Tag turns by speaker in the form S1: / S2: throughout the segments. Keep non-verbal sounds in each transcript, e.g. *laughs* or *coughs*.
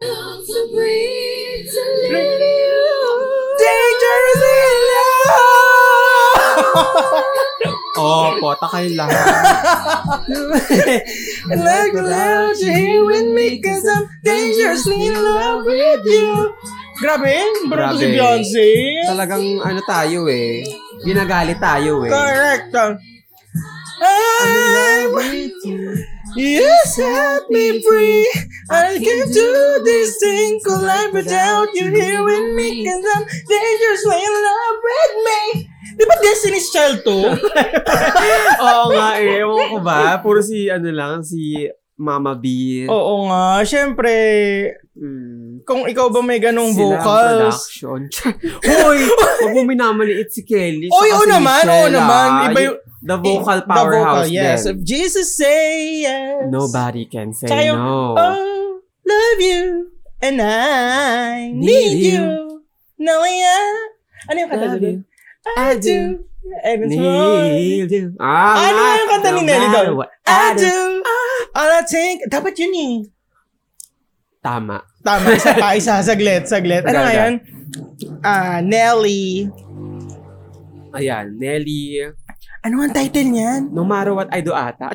S1: to breathe, to live you.
S2: Dangerous in love!
S3: Oh, pota kayo lang.
S2: Look loud, you're here with me cause I'm dangerously in love with you. Grabe, bro si
S3: Grabe.
S2: Beyonce.
S3: *laughs* Talagang ano tayo eh. Ginagalit tayo eh.
S2: Correct. I Yes, set me free. I can do this thing called life without you here with me. Cause I'm dangerously in love with me. Di ba Destiny's Child to? *laughs*
S3: Oo nga eh. Ewan ko ba? Puro si ano lang, si Mama B.
S2: Oo nga, syempre,
S3: Mm.
S2: kung ikaw ba may ganong eh,
S3: Sila ang
S2: vocals.
S3: production. *laughs* Hoy! Huwag mo minamaliit si Kelly.
S2: Oy,
S3: saka
S2: oo
S3: si
S2: naman, oo
S3: Michelle,
S2: naman.
S3: ah.
S2: Iba yung-
S3: The vocal
S2: The
S3: powerhouse
S2: yes.
S3: din.
S2: If Jesus say yes.
S3: Nobody can say
S2: Tsaka yung,
S3: no.
S2: Oh, love you. And I
S3: Need
S2: need
S3: you.
S2: you. Knowing I... Ano yung kanta
S3: Love
S2: doon?
S3: you.
S2: I
S3: I
S2: do. And it's more.
S3: Need you. Ah,
S2: Ano
S3: nga.
S2: yung kanta ni
S3: No
S2: Nelly
S3: matter
S2: doon? Ah,
S3: what
S2: I
S3: Ah.
S2: do. All I think. Dapat yun eh.
S3: Tama.
S2: Tama, isa pa,
S3: *laughs*
S2: isa. Saglit, saglit. Ano
S3: Ganda.
S2: nga yun? Ah, Nelly.
S3: Ayan, Nelly.
S2: Ano ang title
S3: *laughs*
S2: niyan?
S3: No matter what I do ata.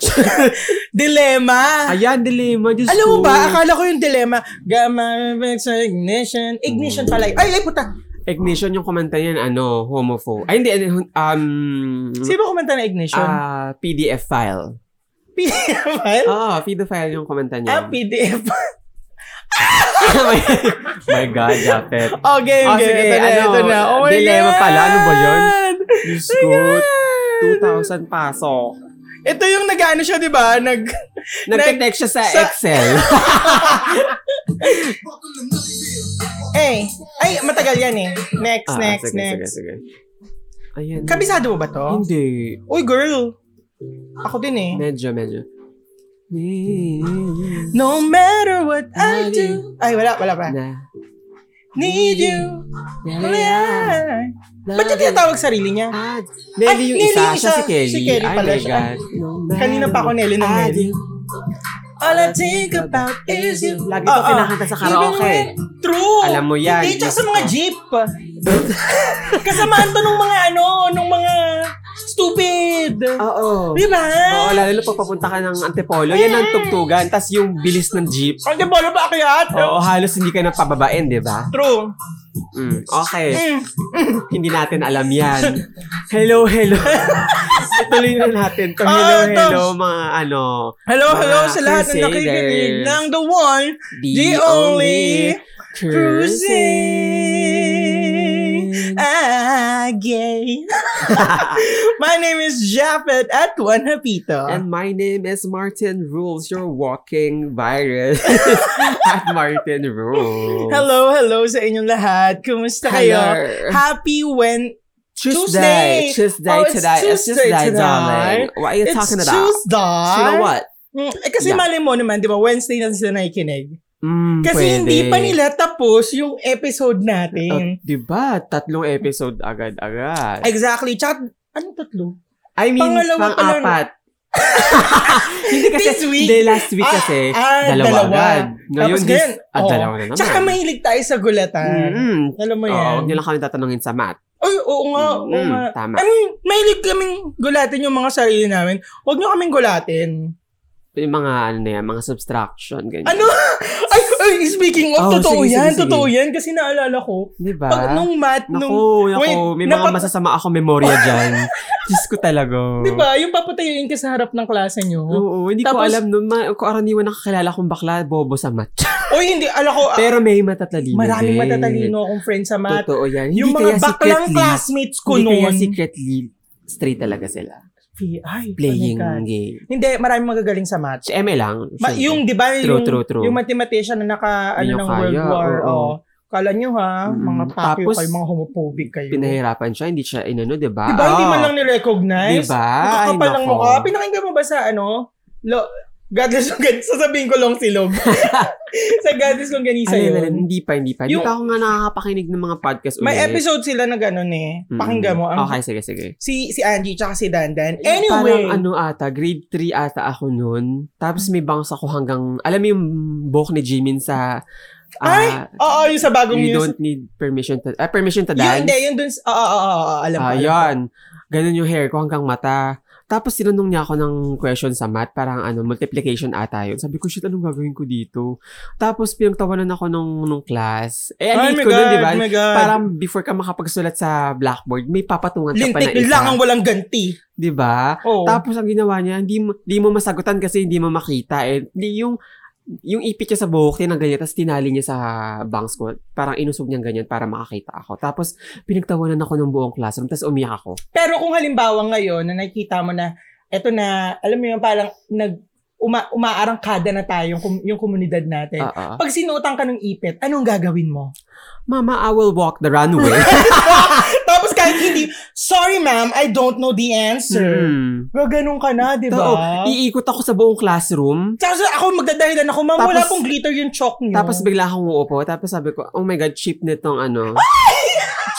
S3: *laughs*
S2: Dilemma.
S3: Ayan, dilemma. Diyos
S2: Alam mo
S3: ko.
S2: ba? Akala ko yung dilemma. Gamma, reflex, ignition. Ignition pala. yun. Ay, ay, puta.
S3: Ignition yung kumanta niyan, ano, homophobe. Ay, hindi, ano, um,
S2: Sino ba kumanta ng ignition?
S3: ah, PDF file.
S2: PDF
S3: Oo,
S2: file?
S3: PDF file yung kumanta niya. *laughs*
S2: Ah, PDF.
S3: My God, Japet.
S2: Oh, game,
S3: Ah,
S2: game.
S3: sige,
S2: ito na,
S3: ano,
S2: ito na. Oh my
S3: dilemma
S2: God!
S3: pala. Ano ba yun? Diyos
S2: Oh
S3: ko,
S2: my God!
S3: 2,000 pasok.
S2: Ito yung nag-ano siya, di ba? Nag...
S3: Nagte-text siya sa,
S2: Sa- *laughs*
S3: Excel.
S2: Eh. Ay, matagal yan eh. Next,
S3: Ah,
S2: next,
S3: sige,
S2: next.
S3: Sige, sige. Ayan.
S2: Kabisado mo ba to?
S3: Hindi.
S2: Uy, girl. Ako din eh.
S3: Medyo, medyo.
S2: No matter what I do. Ay, wala, wala pa.
S3: Na.
S2: Need you. Oh,
S3: Nelly,
S2: Yeah. Ba't niya tinatawag sarili niya?
S3: Ah, Nelly
S2: Ay,
S3: yung
S2: Nelly
S3: isa,
S2: yung
S3: siya
S2: isa.
S3: si Kelly.
S2: Si Kelly
S3: Ay,
S2: pala
S3: my
S2: siya.
S3: God. Ah,
S2: Kanina pa ako Nelly ng Nelly. All I think about is you.
S3: Lagi to
S2: Oo.
S3: kinakanta sa karaoke.
S2: Even when- True.
S3: Alam mo yan.
S2: Hindi, tsaka sa mga
S3: Yes.
S2: jeep. *laughs* Kasamaan to nung mga ano, nung mga stupid. Diba?
S3: Oo.
S2: Di ba?
S3: Oo, lalo na pag papunta ka ng Antipolo, yan ang tugtugan. Tapos yung bilis ng jeep.
S2: Ang debolo ba akyat?
S3: Oo, halos hindi ka napababain, di ba?
S2: True.
S3: Mm, okay,
S2: Mm.
S3: hindi natin alam yan. Hello, hello. *laughs* Ituloy na natin to. Hello,
S2: Ah, ito.
S3: hello, mga ano.
S2: Hello,
S3: Mga
S2: hello sa lahat ng
S3: crusaders.
S2: nakikinig ng The One, The Only, Cruising
S3: *laughs*
S2: Again. *laughs* My name is Japet at Juan Hapito.
S3: And my name is Martin Rules, your walking
S2: *laughs*
S3: virus. At Martin Rules.
S2: Hello, hello sa inyong lahat. Kumusta kayo?
S3: Hello.
S2: Happy when Tuesday.
S3: Tuesday. Tuesday
S2: Oh, it's
S3: today. It's
S2: Tuesday
S3: Tuesday,
S2: today.
S3: darling. What are you
S2: it's
S3: talking about?
S2: Tuesday.
S3: You know what?
S2: Mm, eh, kasi
S3: Yeah.
S2: mali mo naman, di ba, Wednesday na sila nakikinig.
S3: Mm,
S2: Kasi
S3: pwede.
S2: hindi pa nila tapos yung episode
S3: Oh,
S2: natin.
S3: diba? Tatlong episode agad-agad.
S2: exactly. Tsaka, ano tatlo?
S3: I mean,
S2: pangalawa pa lang.
S3: pang-apat. hindi kasi,
S2: This week?
S3: Hindi, last week
S2: Ah,
S3: kasi.
S2: ah,
S3: dalawa,
S2: dalawa.
S3: agad. Ngayon,
S2: Tapos
S3: this,
S2: ganyan,
S3: ah,
S2: oo.
S3: dalawa na naman.
S2: Tsaka mahilig tayo sa gulatan.
S3: Mm-mm.
S2: Alam mo
S3: Oo,
S2: yan.
S3: huwag niyo lang kami tatanungin sa math.
S2: Ay, oo nga. oo
S3: Mm,
S2: nga.
S3: tama.
S2: I mean, mahilig kaming gulatin yung mga sarili namin. Huwag nyo kaming gulatin.
S3: Yung mga, ano na yan, mga subtraction, ganyan.
S2: Ano? *laughs* Ay, ay speaking of,
S3: Oh,
S2: totoo
S3: sige, sige,
S2: yan.
S3: sige.
S2: Totoo yan. Kasi naalala ko,
S3: Diba?
S2: pag nung mat, nung...
S3: Naku, naku,
S2: Wait,
S3: may mga
S2: napak-
S3: masasama ako memorya
S2: *laughs*
S3: dyan. Diyos ko talaga.
S2: Di ba? Yung papatayin ka sa harap ng klase
S3: *laughs*
S2: nyo.
S3: Oo, hindi ko
S2: Tapos-
S3: alam nun. Ma- ko araniwan nakakilala kong bakla, bobo sa mat.
S2: Uy, hindi. Alam ko, ah,
S3: *laughs* Pero may matatalino
S2: maraming
S3: din.
S2: matatalino akong friend sa mat.
S3: Totoo yan. Hindi
S2: Yung
S3: kaya
S2: mga baklang
S3: secretly-
S2: classmates ko
S3: Hindi kaya
S2: noon.
S3: secretly straight talaga sila.
S2: Ay,
S3: Playing
S2: oh my God.
S3: game.
S2: Hindi, maraming magagaling sa mat.
S3: Si ML lang.
S2: Ma-
S3: syempre.
S2: yung, di ba,
S3: True,
S2: yung,
S3: true, true.
S2: yung mathematician na naka,
S3: Hindi
S2: ano,
S3: nyo
S2: ng
S3: kaya,
S2: World War,
S3: oo.
S2: oh. Kala nyo ha,
S3: Mm,
S2: mga pakyo
S3: tapos,
S2: kayo, mga homophobic kayo.
S3: Pinahirapan siya, hindi siya inano, di ba?
S2: Diba, hindi
S3: Oo.
S2: man lang nirecognize?
S3: Diba? Ay,
S2: Nakakapal ng
S3: nako.
S2: mukha. Pinakinggan mo ba sa, ano, lo, Godless kong ganisa. Sasabihin ko long
S3: *laughs*
S2: silog. sa Godless kong ganisa
S3: Ay,
S2: yun.
S3: nalan, Ano hindi pa, hindi pa. Hindi
S2: Yung-
S3: pa ako nga nakakapakinig ng mga podcast ulit.
S2: May episode sila na gano'n eh.
S3: Mm-mm.
S2: Pakinggan mo. Ang,
S3: Mm. Okay, sige, sige.
S2: Si si Angie tsaka si Dandan.
S3: Parang
S2: Anyway.
S3: ano ata, grade 3 ata ako noon. Tapos may bangs ako hanggang, alam mo yung buhok ni Jimin sa Ah,
S2: Ay, oo, yung sa bagong
S3: you
S2: music.
S3: don't need permission to, ah, permission to
S2: Yun,
S3: dance.
S2: hindi, yun dun, sa- oo, oo, oo, oo, alam ko.
S3: Ah,
S2: alam ko.
S3: yun. Ganun yung hair ko hanggang mata. Tapos tinanong niya ako ng question sa math, parang ano, multiplication ata yun. Sabi ko, shit, anong gagawin ko dito? Tapos pinagtawanan ako nung, nung class. Eh, ang
S2: Ay, Oh
S3: liit
S2: my
S3: ko
S2: God,
S3: nun, di ba?
S2: my God.
S3: Parang before ka makapagsulat sa blackboard, may papatungan ka pa na
S2: Lintik
S3: isa.
S2: lang ang walang ganti.
S3: Di ba?
S2: Oo.
S3: Tapos ang ginawa niya, hindi mo, hindi mo masagutan kasi hindi mo makita. And di yung yung ipit niya sa buhok, tinanggal niya, tapos tinali niya sa bangs ko. Parang inusog niya ganyan para makakita ako. Tapos, pinagtawanan ako ng buong classroom, tapos umiyak ako.
S2: Pero kung halimbawa ngayon na nakikita mo na eto na alam mo yun parang nag uma, umaarangkada na tayo yung, kum- yung komunidad natin.
S3: Ah, ah.
S2: Pag sinutan ka ng ipit, anong gagawin mo?
S3: Mama, I will walk the runway.
S2: *laughs* Tapos kahit hindi, sorry ma'am, I don't know the answer.
S3: Hmm.
S2: Gaganon ka na, di
S3: Totoo.
S2: ba?
S3: iikot ako sa buong classroom.
S2: Tapos ako magdadahilan ako, ma'am, wala
S3: Tapos-
S2: pong glitter yung chalk niyo.
S3: Tapos bigla akong uupo. Tapos sabi ko, oh my God, cheap nitong
S2: *laughs*
S3: ano.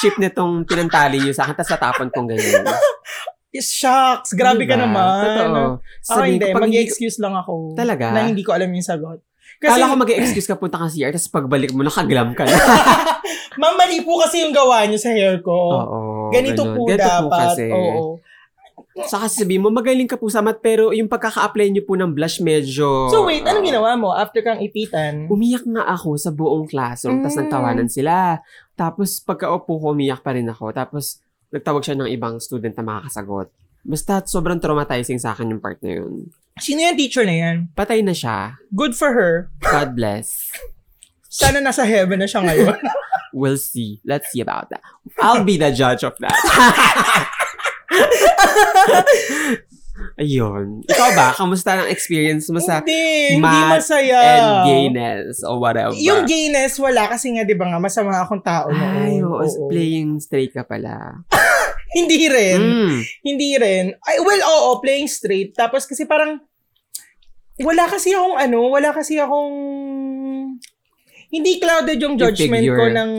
S3: cheap nitong pinantali niyo sa akin. Tapos natapon kong ganyan.
S2: shucks, grabe ka
S3: Diba?
S2: naman.
S3: Totoo.
S2: Ako
S3: Sabihin
S2: hindi,
S3: ko, pag hindi ko-
S2: mag-excuse lang ako.
S3: Talaga?
S2: Na hindi ko alam yung sagot. Kasi,
S3: Kala ko mag-excuse ka punta ka sa CR, tapos pagbalik mo, nakaglam ka na.
S2: ma'am, mali po kasi yung gawa niyo sa hair ko.
S3: Oo.
S2: Ganito
S3: ganun.
S2: po
S3: Ganito
S2: dapat.
S3: kasi.
S2: Oo.
S3: Saka sabihin mo, magaling ka po sa mat, pero yung pagkaka-apply niyo po ng blush, medyo...
S2: So wait, ano anong
S3: Oo.
S2: ginawa mo after kang ipitan?
S3: Umiyak nga ako sa buong classroom, tapos
S2: Mm.
S3: nagtawanan sila. Tapos pagkaupo ko, umiyak pa rin ako. Tapos nagtawag siya ng ibang student na makakasagot. Basta sobrang traumatizing sa akin yung part na yun.
S2: Sino yung teacher na yan?
S3: Patay na siya.
S2: Good for her.
S3: God bless.
S2: Sana nasa heaven na siya
S3: *laughs*
S2: ngayon.
S3: We'll see. Let's see about that. I'll be the judge of that. *laughs* Ayun. Ikaw ba? Kamusta ang experience mo sa
S2: hindi, hindi
S3: math
S2: masaya.
S3: and gayness or whatever?
S2: Yung gayness, wala kasi nga, di ba nga, masama akong tao noon.
S3: Ay, oo,
S2: Oo.
S3: playing straight ka pala.
S2: Hindi rin.
S3: Mm.
S2: Hindi rin. Ay, well, oo, playing straight. Tapos kasi parang, wala kasi akong ano, wala kasi akong, hindi clouded yung
S3: Yung
S2: judgment ko
S3: figure.
S2: ng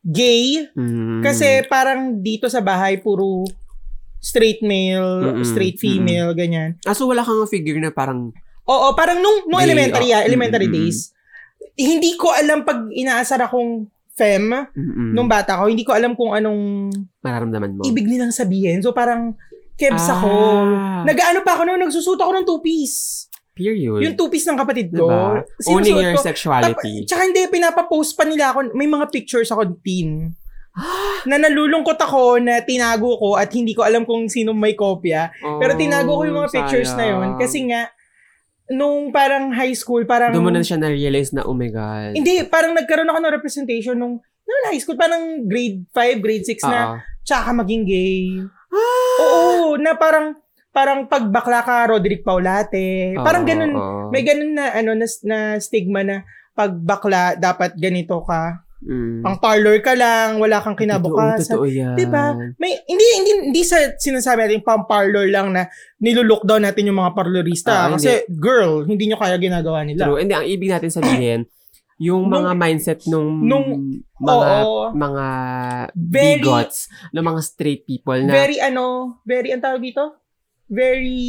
S2: gay.
S3: Mm.
S2: Kasi parang dito sa bahay, puro straight male,
S3: Mm-mm.
S2: straight female, ganyan.
S3: Ah, so wala kang figure na parang,
S2: Oo, parang nung, nung
S3: Gay,
S2: elementary,
S3: oh.
S2: ah, elementary
S3: Mm-mm.
S2: days, hindi ko alam pag inaasar akong fem
S3: mm
S2: nung bata ko, hindi ko alam kung anong
S3: mararamdaman mo.
S2: ibig nilang sabihin. So parang, kebs ako.
S3: Ah,
S2: Nag-ano pa ako noon, nagsusuot ako ng two-piece.
S3: period.
S2: Yung two-piece ng kapatid ko.
S3: diba?
S2: sinusuot
S3: Owning your
S2: ko. Tap-
S3: sexuality.
S2: Tsaka hindi, pinapapost pa nila ako. May mga pictures ako
S3: *gasps*
S2: teen. na nalulungkot ako na tinago ko at hindi ko alam kung sino may kopya. Pero tinago ko yung
S3: Oh,
S2: mga pictures na yun. Kasi nga, nung parang high school, parang...
S3: Doon mo na siya na-realize na, oh my God.
S2: Hindi, parang nagkaroon ako ng representation nung, nung high school. Parang grade 5, grade 6 na
S3: Oo.
S2: tsaka maging gay.
S3: Ah!
S2: Oo, na parang parang pagbakla ka Roderick Paulate. Parang
S3: Oo,
S2: ganun,
S3: Ah, oo.
S2: may ganun na ano na, na stigma na pagbakla dapat ganito ka.
S3: Mm.
S2: Pang parlor ka lang, wala kang kinabukasan.
S3: Totoo, totoo yan.
S2: 'Di ba? May hindi hindi hindi sa sinasabi natin pang parlor lang na nilulook down natin yung mga parlorista
S3: Ah,
S2: kasi girl, hindi nyo kaya ginagawa nila.
S3: True. Hindi, ang ibig natin sabihin, yung
S2: Nung-
S3: mga mindset nung,
S2: nung-
S3: mga
S2: Oo.
S3: mga
S2: Very-
S3: bigots ng mga straight people na
S2: Very ano, very ang tawag dito? Very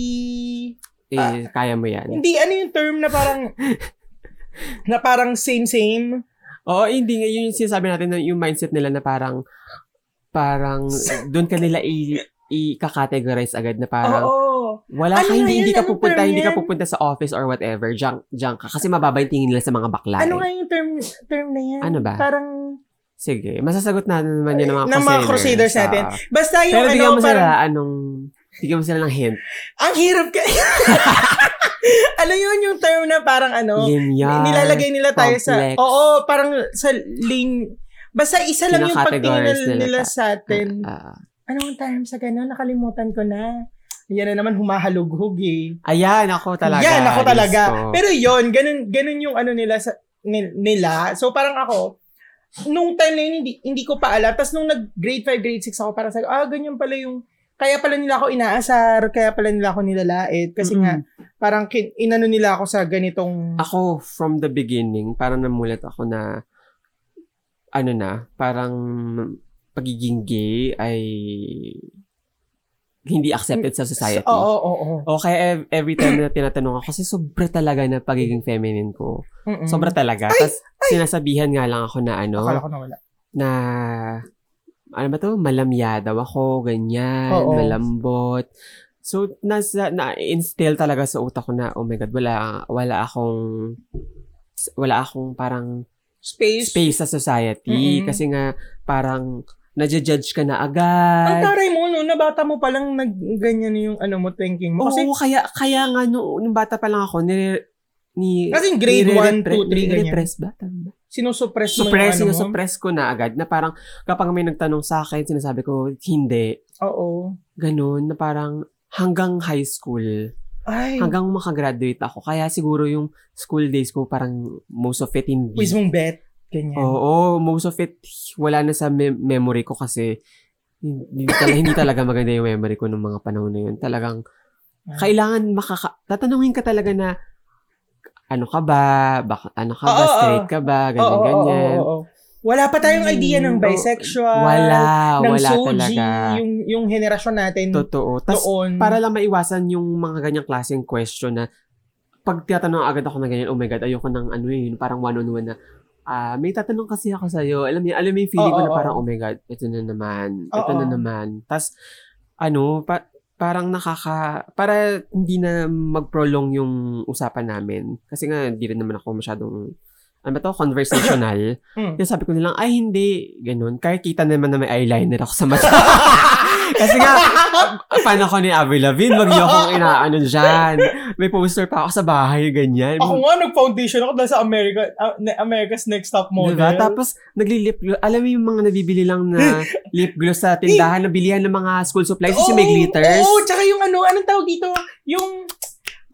S3: eh, kaya mo yan.
S2: Hindi, ano yung term na
S3: *laughs*
S2: parang na parang same-same?
S3: Oo, hindi nga yun yung sinasabi natin na yung mindset nila na parang parang doon kanila i i-categorize agad na parang
S2: Oo.
S3: wala
S2: Ano
S3: ka,
S2: nga
S3: hindi,
S2: yun?
S3: hindi ka
S2: Anong
S3: pupunta,
S2: term
S3: hindi ka
S2: yan?
S3: pupunta sa office or whatever, junk, junk ka. Kasi mababa yung tingin nila sa mga bakla.
S2: Ano
S3: eh.
S2: nga yung term, term na yan?
S3: Ano ba?
S2: Parang,
S3: Sige, masasagot na naman yun ng mga
S2: Ng mga crusaders natin.
S3: Oo.
S2: basta yung
S3: Pero bigyan
S2: ano,
S3: mo
S2: parang,
S3: sila anong, bigyan mo sila ng hint.
S2: ang hirap ka. *laughs* ano yun yung term na parang ano,
S3: Linear.
S2: nilalagay nila tayo
S3: complex.
S2: sa, oo, parang sa lin, basta isa lang yung pagtingin
S3: Kinakategorize
S2: nila,
S3: nila
S2: nila
S3: ta-
S2: sa atin.
S3: Ah, ah.
S2: Anong term sa ganun? Nakalimutan ko na. Yan na naman, humahalughog eh.
S3: ayan, ako talaga.
S2: Yan, ako talaga.
S3: Diyos ko.
S2: Pero yon ganun, ganun yung ano nila, sa, ni- nila. So parang ako, nung time na yun, hindi, hindi ko pa alam. Tapos nung nag-grade 5, grade 6 ako, parang sabi, ko, ah, ganyan pala yung, kaya pala nila ako inaasar, kaya pala nila ako nilalait. Kasi nga, parang kin, inano nila ako sa ganitong,
S3: Ako, from the beginning, parang namulat ako na, ano na, parang pagiging gay ay hindi accepted sa society.
S2: Oo, oo, oo.
S3: O kaya ev- every time na tinatanong ako, kasi sobra talaga na pagiging feminine ko.
S2: Mm-mm.
S3: Sobra talaga. Tapos sinasabihan nga lang ako na ano,
S2: Mm. Akala ko nawala.
S3: na ano ba to, malamya daw ako, ganyan,
S2: Oo.
S3: malambot. So, nasa, na-instill talaga sa utak ko na, oh my God, wala, wala akong, wala akong parang
S2: Space.
S3: space sa society.
S2: Mm-mm.
S3: Kasi nga, parang, nadja-judge ka na
S2: Ang
S3: agad.
S2: taray mo, no, na bata mo palang nag-ganyan yung ano mo, thinking mo.
S3: Oo,
S2: Kasi,
S3: kaya, kaya nga, no, nung bata pa lang ako, ni, ni,
S2: kasi grade 1, 2, 3, ganyan.
S3: repress ba? Tama ba?
S2: Sinusuppress mo
S3: Suppress,
S2: yung ano mo.
S3: sinusuppress ko na agad na parang kapag may nagtanong sa akin, sinasabi ko, hindi.
S2: Oo.
S3: ganun, na parang hanggang high school,
S2: Ay,
S3: hanggang makagraduate ako. Kaya siguro yung school days ko parang most of it hindi.
S2: quiz mong bet. Ganyan.
S3: Oo, most of it wala na sa mem- memory ko kasi hindi, talaga, hindi talaga maganda yung memory ko nung mga panahon na yun. Talagang
S2: Ah.
S3: kailangan makaka... Tatanungin ka talaga na ano ka ba? Baka, ano ka ba?
S2: Oo, oo,
S3: Straight ka ba?
S2: Oo,
S3: Ganyan,
S2: oo,
S3: ganyan.
S2: oo, oo. Wala pa tayong idea ng
S3: Mm, oo.
S2: bisexual.
S3: Wala,
S2: ng
S3: wala
S2: soji,
S3: talaga.
S2: yung, yung henerasyon natin
S3: Totoo. Tas,
S2: noon.
S3: para lang maiwasan yung mga ganyang klaseng question na pag tinatanong agad ako na ganyan, oh my God, ayoko ng ano yun, parang one-on-one na, ah, may tatanong kasi ako sa'yo. Alam niyo, alam mo yung feeling ko
S2: Oo,
S3: na
S2: oo.
S3: parang, oh my God, ito na naman, ito
S2: Oo.
S3: na naman. Tapos, ano, pa- parang nakaka, para hindi na mag-prolong yung usapan namin. Kasi nga, hindi rin naman ako masyadong, ano ba to, conversational.
S2: Mm.
S3: Kaya sabi ko nilang, ay hindi, ganun. Kaya kita naman na may eyeliner ako sa mata. *laughs* Kasi nga, fan ako ni Avril Lavigne, wag niyo akong inaano dyan. May poster pa ako sa bahay, ganyan.
S2: Ako nga, nag-foundation ako dahil sa America, ah, na- America's Next Top Model.
S3: Diba? Tapos, nagli-lip gloss. Alam mo yung mga nabibili lang
S2: *laughs*
S3: na lip gloss sa tindahan, nabilihan ng mga school supplies kasi may
S2: Oo,
S3: glitters.
S2: Oo, tsaka yung ano, anong tawag dito? Yung,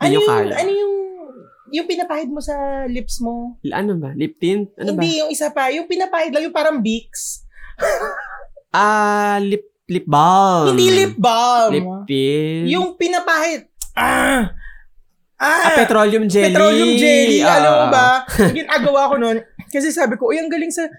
S2: ano
S3: nyo
S2: yung,
S3: kaya.
S2: ano yung, yung pinapahid mo sa lips mo.
S3: Ano ba? Lip tint? Ano ba?
S2: Hindi, yung isa pa. Yung pinapahid lang, yung parang Vicks.
S3: Ah, lip Oh, lip balm.
S2: Hindi lip balm.
S3: Lip tint.
S2: yung pinapahid. Ah! Ah!
S3: Ah, petroleum jelly.
S2: petroleum jelly.
S3: Ah,
S2: alam mo
S3: ah,
S2: ba? *laughs* Ginagawa ko nun. Kasi sabi ko, uy, ang galing sa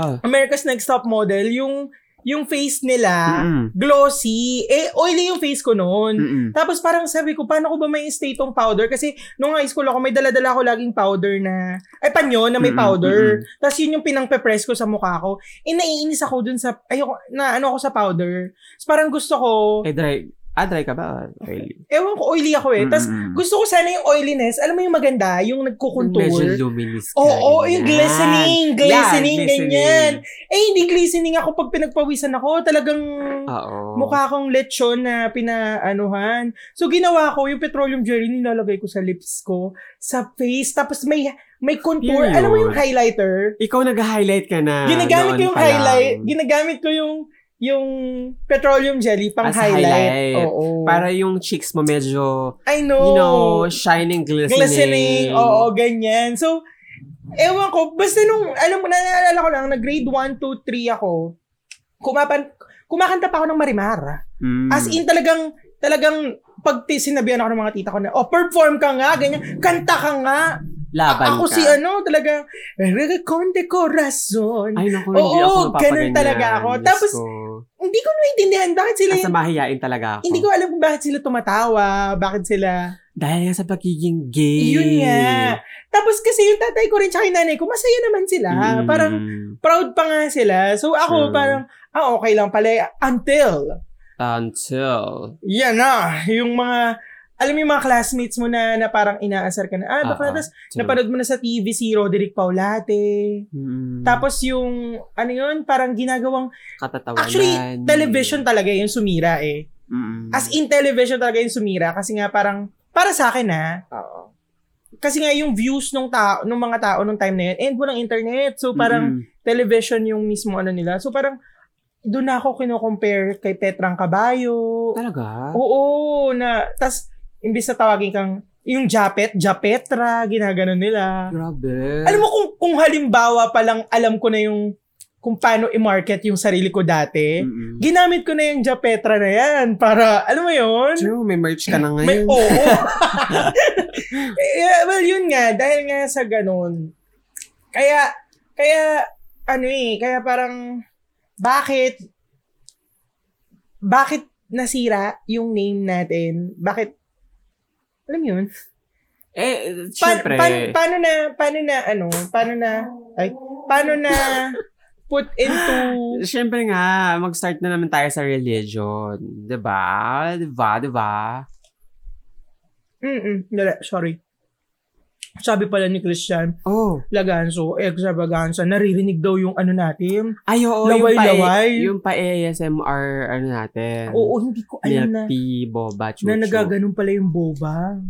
S3: Ah.
S2: America's Next Top Model, yung, yung face
S3: ah.
S2: nila,
S3: Mm-mm.
S2: glossy. Eh, oily yung face ko noon.
S3: Mm-mm.
S2: Tapos parang sabi ko, paano ko ba may stay tong powder? Kasi nung high school ako, may dala-dala ako laging powder na, ay panyo na may
S3: Mm-mm,
S2: powder. Tapos yun yung pinang-press ko sa mukha ko. Eh, naiinis ako dun sa, ayoko, na ano ako sa powder. Tapos parang gusto ko,
S3: Eh, dry. Ah, Mm, dry ka ba? Oily.
S2: ewan ko, oily ako eh. Tapos
S3: Mm-mm.
S2: gusto ko sana yung oiliness, alam mo yung maganda, yung
S3: Medyo
S2: nagkukontour.
S3: luminous ka.
S2: Oo, oh, yung
S3: ganyan.
S2: glistening, glistening,
S3: Yan,
S2: ganyan. Eh, hindi glistening ako pag pinagpawisan ako. Talagang,
S3: Oo.
S2: mukha akong lechon na pinaanuhan. So, ginawa ko, yung petroleum jelly, nilalagay ko sa lips ko, sa face, tapos may may contour.
S3: Yun
S2: Alam mo
S3: yun.
S2: yung
S3: Ah,
S2: highlighter?
S3: Ikaw nag-highlight ka na.
S2: Ginagamit
S3: noon
S2: ko yung
S3: pa lang.
S2: highlight, ginagamit ko yung yung petroleum jelly pang
S3: As
S2: highlight.
S3: Ah, highlight.
S2: Oo.
S3: Para yung cheeks mo medyo,
S2: I know.
S3: you know, shining, glistening.
S2: Glistening. Oo, ganyan. So, ewan ko, basta nung, alam mo, naalala ko lang, na grade 1, 2, 3 ako, kumapan, kumakanta pa ako ng marimara.
S3: Mm.
S2: As in talagang talagang pag ti- sinabihan ako ng mga tita ko na, oh, perform ka nga, ganyan, kanta ka nga.
S3: Laban
S2: ako
S3: ka.
S2: si ano, talaga, con de corazon.
S3: Ay, naku, hindi
S2: Oo,
S3: ako
S2: ganun
S3: napapaganyan.
S2: talaga ako.
S3: Diyos
S2: Tapos,
S3: ko.
S2: Hindi ko naiintindihan bakit sila,
S3: As
S2: yun-
S3: na mahihain talaga ako.
S2: hindi ko alam kung bakit sila tumatawa, bakit sila,
S3: Dahil nga sa pagiging gay.
S2: yun nga. Tapos kasi yung tatay ko rin tsaka yung nanay ko, masaya naman sila.
S3: Mm.
S2: Parang proud pa nga sila. So ako
S3: True.
S2: parang, ah okay lang pala, until,
S3: Until.
S2: yan na, yung mga, alam mo yung mga classmates mo na, na parang inaasar ka na, ah,
S3: Ah,
S2: baka
S3: ah.
S2: tas Napanood mo na sa TV si Roderick Paulate.
S3: Mm.
S2: Tapos yung, ano yun, parang ginagawang,
S3: Katatawanan. eh.
S2: actually, television talaga yung sumira eh.
S3: Mm.
S2: As in, television talaga yung sumira kasi nga parang, para sa akin ha, kasi nga yung views ng tao, ng mga tao nung time na yun, and walang internet. So parang,
S3: Mm-mm.
S2: television yung mismo ano nila. So parang, doon na ako kino-compare kay Petrang Kabayo.
S3: Ah. Talaga?
S2: Oo, na, tas, imbis na tawagin kang, yung Japet, Japetra, ginaganon nila.
S3: Grabe.
S2: Alam mo kung kung halimbawa pa lang alam ko na yung kung paano i-market yung sarili ko dati.
S3: Mm-mm.
S2: Ginamit ko na yung Japetra na yan para alam mo yun?
S3: True, may merch ka na ngayon.
S2: May oo. Eh, well, yun nga dahil nga sa ganun. Kaya kaya ano eh, kaya parang bakit bakit nasira yung name natin, bakit, alam mo yun?
S3: Eh,
S2: Pa-
S3: syempre.
S2: pa- paano na, paano na, ano, paano na, ay, paano
S3: *laughs*
S2: na put into,
S3: Siyempre nga, mag-start na naman tayo sa religion. 'Di ba? 'Di ba? 'Di ba?
S2: mm dala, sorry. Sabi pala ni Christian,
S3: Oh.
S2: Laganzo, extravaganza, naririnig daw yung ano natin.
S3: Ay, oo.
S2: Laway-laway.
S3: Yung pa, yung pa-ASMR, ano natin.
S2: Oo, hindi ko alam
S3: Milk
S2: na,
S3: tea, boba, chuchu.
S2: na nagaganon pala yung boba.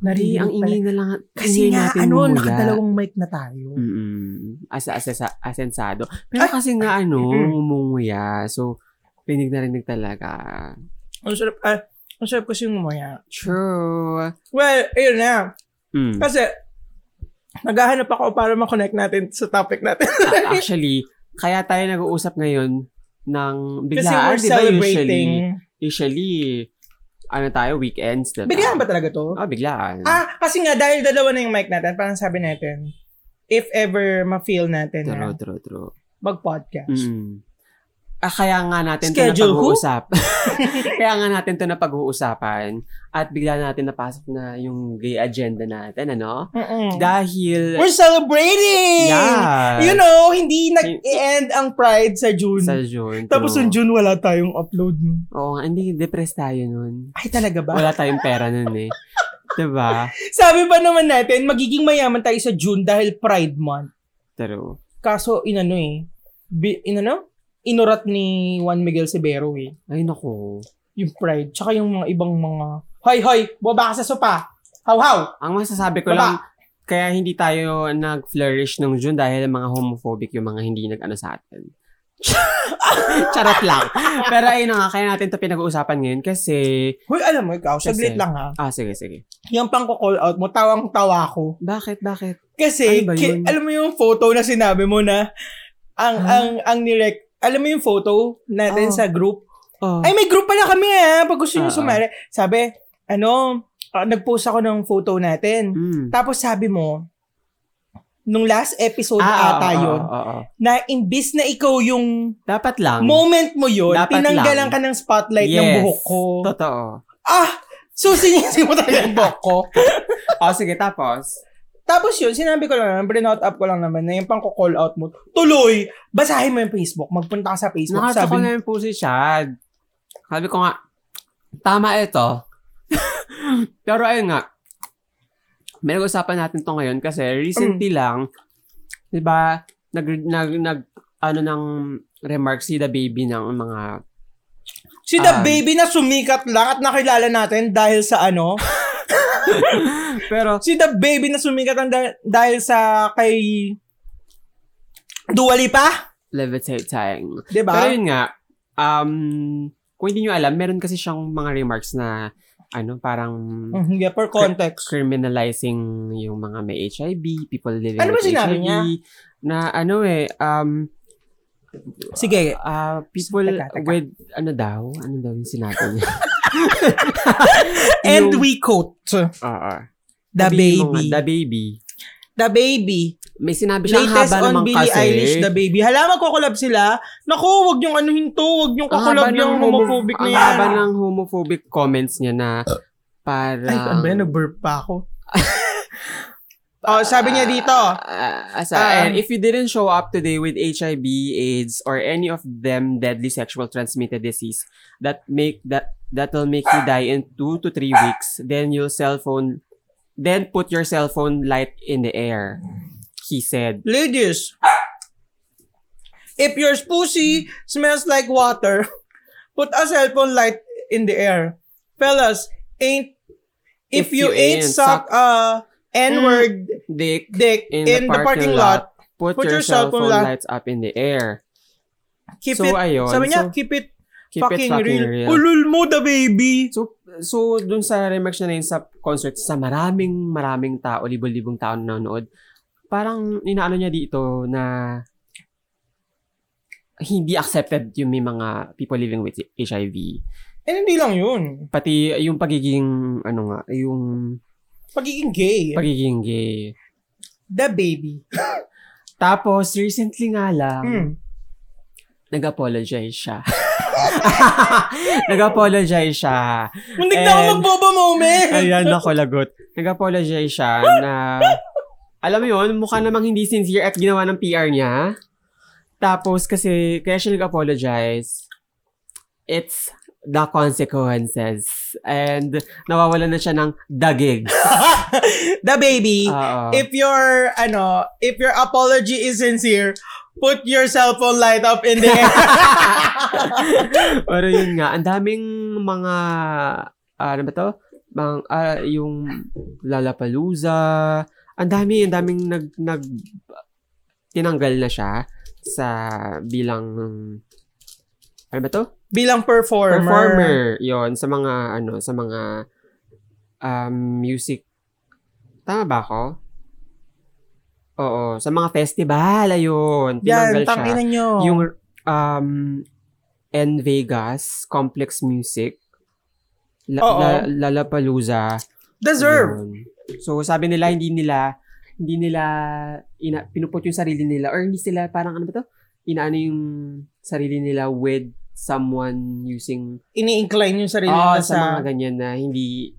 S3: Ay,
S2: Narinig
S3: ang
S2: pala.
S3: ingay na lang.
S2: Kasi
S3: ingay
S2: nga,
S3: natin Hmm.
S2: ano,
S3: mumula.
S2: nakadalawang mic na tayo.
S3: Mm-mm. As, as, as- asensado. Pero
S2: Ay!
S3: kasi nga, ano,
S2: Mm.
S3: mumunguya. So, pinig na rinig talaga.
S2: Ang sarap, ah, ang sarap kasi yung umaya.
S3: True.
S2: Well, yun na.
S3: Mm.
S2: *laughs* Kasi, naghahanap ako para makonect natin sa topic natin.
S3: A- actually, kaya tayo nag-uusap ngayon ng
S2: kasi
S3: biglaan,
S2: we're
S3: di ba
S2: celebrating.
S3: usually? Usually, ano tayo, weekends, di ba?
S2: Biglaan ba talaga to?
S3: Ah, biglaan.
S2: Ah, kasi nga, dahil dalawa na yung mic natin, parang sabi natin, if ever ma-feel natin na
S3: true, true, true.
S2: mag-podcast.
S3: Mm. Ah, kaya nga natin ito
S2: Schedule
S3: na
S2: who? *laughs*
S3: pag-uusap. *laughs* kaya nga natin ito na pag-uusapan at bigla natin napasok na yung gay agenda natin, ano?
S2: Mm-mm.
S3: Dahil,
S2: We're celebrating!
S3: yeah,
S2: You know, hindi nag-end ang pride sa June.
S3: sa June.
S2: Tapos
S3: true.
S2: yung June, wala tayong upload. no?
S3: Oo nga, hindi, depressed tayo nun.
S2: Ay, talaga ba?
S3: Wala tayong pera nun eh. *laughs* diba?
S2: Sabi pa naman natin, magiging mayaman tayo sa June dahil Pride Month.
S3: True.
S2: Kaso, inano eh, bi, inano? Inurat ni Juan Miguel Severo eh,
S3: Ay, naku.
S2: yung Pride. Tsaka yung mga ibang mga, hoy, hoy, baba ka sa sopa. How, how?
S3: Ang masasabi ko
S2: Baba.
S3: lang, kaya hindi tayo nag-flourish nung June dahil mga homophobic yung mga hindi nag-ano sa atin. *laughs* Charot lang. Pero ayun na nga, kaya natin ito pinag-uusapan ngayon kasi...
S2: Hoy, alam mo, ikaw,
S3: Kasi-
S2: saglit lang ha.
S3: Ah, sige, sige.
S2: Yung pang call out mo, tawang-tawa ko.
S3: Bakit, bakit?
S2: Kasi,
S3: Ano ba
S2: ki-
S3: yun?
S2: alam mo yung photo na sinabi mo na, ang,
S3: Ha?
S2: ang, ang nirek, alam mo yung photo natin
S3: Oo.
S2: sa group,
S3: Oh,
S2: Ay, may group pala kami ah. Pag gusto nyo
S3: Oo.
S2: sumali. Sabi, ano, ah, nag-post ako ng photo natin.
S3: mm.
S2: Tapos sabi mo, nung last episode ata
S3: Ah, oo,
S2: yun,
S3: oo, oo.
S2: na imbis na ikaw yung
S3: Dapat lang.
S2: moment mo yun,
S3: Dapat
S2: tinanggalan
S3: lang.
S2: ka ng spotlight ng
S3: Yes.
S2: buhok ko.
S3: Totoo.
S2: Ah! So, sinisin mo talaga *laughs* yung buhok ko.
S3: oh, sige, tapos.
S2: Tapos yun, sinabi ko lang, brinout up ko lang naman na yung pang-call out mo, tuloy, basahin mo yung Facebook, magpunta ka sa Facebook.
S3: Nakita ko
S2: sabi,
S3: na yung po si Chad. Sabi ko nga, tama ito. *laughs* Pero ayun nga, may usapan natin to ngayon kasi recently lang, di ba, nag, nag, nag, ano ng remarks si The Baby ng mga,
S2: si The
S3: Ah.
S2: Baby na sumikat lang at nakilala natin dahil sa ano,
S3: pero,
S2: Si The Baby na sumikat ang dah- dahil sa kay Dua Lipa,
S3: levitate time.
S2: 'di
S3: Pero
S2: ba?
S3: yun nga, um, kung hindi nyo alam, meron kasi siyang mga remarks na, ano, parang
S2: Mhm, Yeah, for context.
S3: criminalizing yung mga may HIV, people living
S2: Ano ba
S3: with
S2: sinabi
S3: HIV,
S2: niya?
S3: na ano eh, um,
S2: Sige.
S3: ah people
S2: Teka, teka.
S3: with, ano daw, ano daw yung sinabi
S2: *laughs*
S3: niya?
S2: And
S3: Yung-
S2: we quote The,
S3: Oo. Ah, Sabihin mo
S2: Baby.
S3: nga, the baby.
S2: the Baby.
S3: May sinabi siya, ang
S2: Latest
S3: haba
S2: on
S3: naman
S2: Billie
S3: kasi.
S2: Eilish, The Baby. Hala, magkukulab sila. Naku, wag yung anuhin to. Wag yung
S3: Ang haba
S2: kakulab
S3: ng
S2: yung
S3: homo-
S2: homophobic na
S3: Ang
S2: yan.
S3: haba ng homophobic comments niya na para...
S2: Ay, ano ba yan? Nag-burp pa
S3: *laughs*
S2: ako. oh, sabi niya dito.
S3: Ah, asa,
S2: Ah.
S3: and if you didn't show up today with HIV, AIDS, or any of them deadly sexual transmitted disease that make that that'll make you die in two to three weeks, then your cell phone, then put your cell phone light in the air. He said.
S2: Ladies, if your pussy smells like water, put a cell phone light in the air. Fellas, ain't if, you, ain't suck a N-word
S3: Dick,
S2: dick in, the, parking lot,
S3: put, your, cell phone
S2: lot-
S3: lights up in the air.
S2: keep
S3: So,
S2: it,
S3: ayun.
S2: sabi niya,
S3: So,
S2: keep it
S3: Keep
S2: fucking,
S3: it fucking
S2: real.
S3: real.
S2: Ulul mo the baby.
S3: So, so dun sa remarks niya na yun sa concert, sa maraming maraming tao, libo-libong tao na nanonood, parang inaano niya dito na hindi accepted yung may mga people living with HIV.
S2: And hindi lang yun.
S3: Pati yung pagiging, ano nga, yung
S2: Pagiging gay.
S3: pagiging gay.
S2: the baby.
S3: Tapos, recently nga lang,
S2: Mm.
S3: nag-apologize siya. *laughs* Nag-apologize siya.
S2: Muntik na ako
S3: And-
S2: magboba moment.
S3: *laughs* Ayan, ako lagot. Nag-apologize siya na, alam mo yun, mukha namang hindi sincere at ginawa ng PR niya. Tapos kasi, kaya siya nag-apologize. It's the consequences. And nawawala na siya ng dagig.
S2: The baby.
S3: Oo.
S2: if your ano, if your apology is sincere, put your cell phone light up in the air.
S3: *laughs* Pero yun nga, ang daming mga, ah, ano ba to? Bang, ah, yung Lalapalooza, ang dami, ang daming nag, nag, tinanggal na siya sa bilang, ano ba to?
S2: Bilang performer.
S3: Performer. Yun, sa mga, ano, sa mga um, music, tama ba ako? Oo, sa mga festival, ayun. Tinanggal
S2: Yan,
S3: siya
S2: tangkinan nyo.
S3: yung um N Vegas Complex Music La,
S2: Oo.
S3: La- Lollapalooza.
S2: Deserve.
S3: Yun. So sabi nila hindi nila hindi nila ina, pinuput yung sarili nila or hindi sila parang ano ba to? Inaano yung sarili nila with someone using
S2: Ini-incline yung sarili
S3: Ah,
S2: nila
S3: sa mga
S2: sa...
S3: ganyan na hindi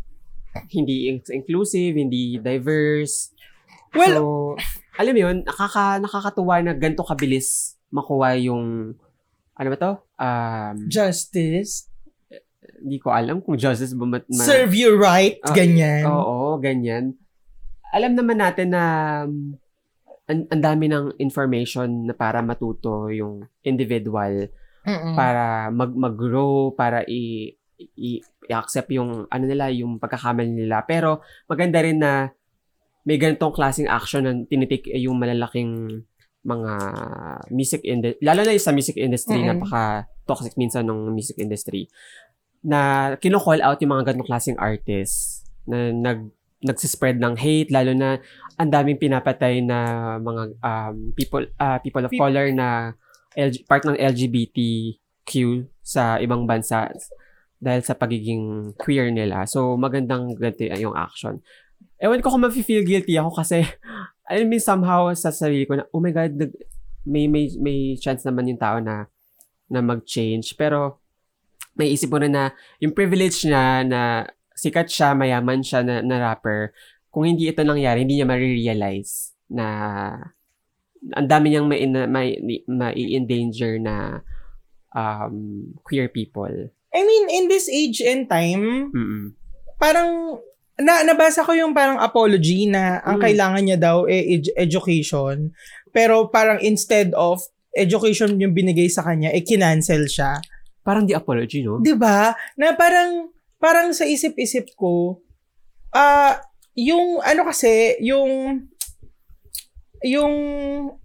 S3: hindi in- inclusive, hindi diverse.
S2: Well,
S3: so, alam mo yun, nakaka, nakakatuwa na ganito kabilis makuha yung, ano ba to? Um,
S2: justice.
S3: hindi ko alam kung justice ba mat- ma-
S2: Serve you right.
S3: Ah,
S2: ganyan.
S3: Oo, ganyan. Alam naman natin na um, ang ang dami ng information na para matuto yung individual
S2: Mm-mm.
S3: para mag mag-grow, para i, i, accept yung ano nila, yung pagkakamali nila. Pero maganda rin na may ganitong klaseng action na tinitik eh, yung malalaking mga music industry, lalo na yung sa music industry,
S2: Mm-mm.
S3: napaka toxic minsan ng music industry, na kino-call out yung mga ganitong klaseng artists na nag nagsispread ng hate, lalo na ang daming pinapatay na mga um, people ah, people of
S2: Peop-
S3: color na LG, part ng LGBTQ sa ibang bansa dahil sa pagiging queer nila. So, magandang ganito yung action. Ewan ko kung mafe-feel guilty ako kasi *laughs* I mean somehow sa sarili ko na oh my god nag- may may may chance naman yung tao na na mag-change pero may isip mo na na yung privilege niya na sikat siya, mayaman siya na, na rapper, kung hindi ito nangyari, hindi niya marirealize na ang dami niyang may, na- may, mai-endanger na um, queer people.
S2: I mean, in this age and time,
S3: Mm-mm.
S2: parang na nabasa ko yung parang apology na ang
S3: Mm.
S2: kailangan niya daw e education pero parang instead of education yung binigay sa kanya eh kinancel siya
S3: Parang di apology, no?
S2: 'di ba na parang parang sa isip-isip ko ah yung ano kasi yung yung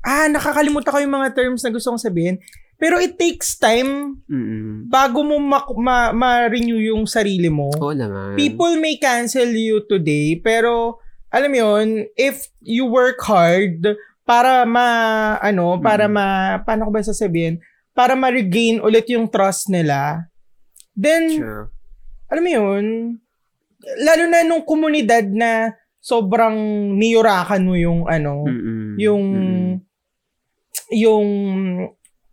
S2: ah nakakalimutan ko yung mga terms na gusto kong sabihin pero it takes time
S3: Mm-mm.
S2: bago mo ma- ma- ma-renew yung sarili mo
S3: Oo naman.
S2: people may cancel you today, pero alam mo yun, if you work hard para ma ano, para
S3: Mm.
S2: ma paano ko ba sasabihin, para ma-regain ulit yung trust nila, then
S3: Sure.
S2: alam mo yun, lalo na nung komunidad na sobrang niyurakan mo yung ano,
S3: Mm-mm.
S2: yung
S3: Mm-mm.
S2: yung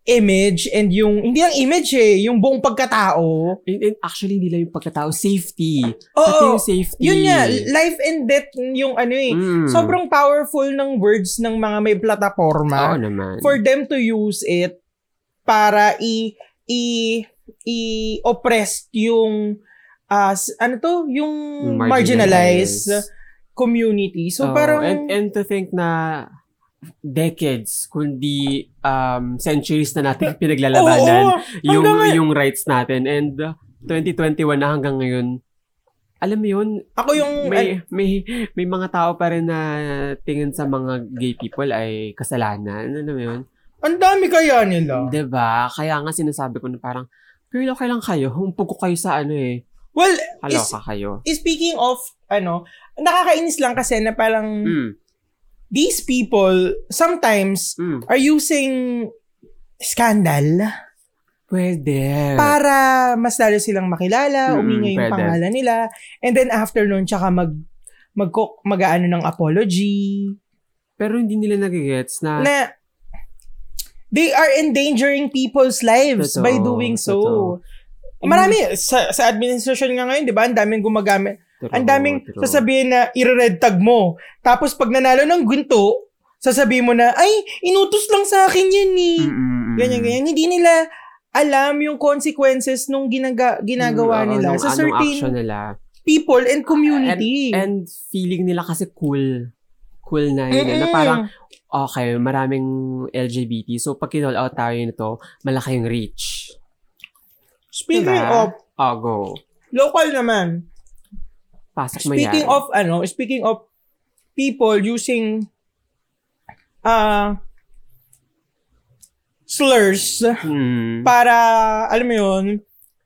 S2: image and yung hindi lang image eh, yung buong pagkatao.
S3: And, and actually, nila yung pagkatao, safety. Pati
S2: Oo.
S3: yung safety.
S2: Oh! Yun nga, life and death yung ano eh.
S3: Mm.
S2: Sobrang powerful ng words ng mga may
S3: Oo Ah,
S2: plataforma
S3: naman.
S2: for them to use it para i i i-oppress yung ah, s- ano to yung marginalized, community. So
S3: Oo,
S2: parang
S3: Oh, and, and to think na decades, kundi um, centuries na natin *laughs* pinaglalabanan
S2: Oo, oo.
S3: yung,
S2: hanggang nga-
S3: yung rights natin. And uh, 2021 na hanggang ngayon, alam mo yun,
S2: ako yung eh,
S3: may, may, may mga tao pa rin na tingin sa mga gay people ay kasalanan. Ano mo yun?
S2: ang dami kaya nila.
S3: 'Di ba Kaya nga sinasabi ko na parang, girl, okay lang kayo. Humpog ko kayo sa ano eh.
S2: Well,
S3: Kaloka kayo.
S2: speaking of ano, nakakainis lang kasi na parang
S3: Mm,
S2: these people sometimes
S3: mm.
S2: are using scandal
S3: Pwede.
S2: para mas lalo silang makilala,
S3: Mm,
S2: umingay yung
S3: pwede.
S2: pangalan nila. And then after nun, tsaka mag magko mag-aano ng apology.
S3: Ah. Pero hindi nila nagigets na,
S2: Na, They are endangering people's lives
S3: Totoo,
S2: by doing so.
S3: totoo.
S2: Marami, sa, sa administration nga ngayon, di ba? Ang daming gumagamit.
S3: True,
S2: Ang daming
S3: true.
S2: sasabihin na i-red tag mo. Tapos pag nanalo ng gunto, sasabihin mo na, ay, inutos lang sa akin yan eh.
S3: Mm, mm, mm.
S2: Ganyan, ganyan. Hindi nila alam yung consequences nung ginaga, ginagawa
S3: Mm, oo,
S2: nila
S3: nung
S2: sa
S3: anong action
S2: certain
S3: nila.
S2: people and community.
S3: And feeling nila kasi cool. Cool na yun. eh, Na parang, okay, maraming LGBT. So, pag kinall out tayo nito, malaki yung reach.
S2: Speaking of,
S3: Diba? Oh, go.
S2: local naman.
S3: Pasok mo yan.
S2: Speaking of, ano, speaking of people using uh, slurs
S3: Hmm.
S2: para, alam mo yun,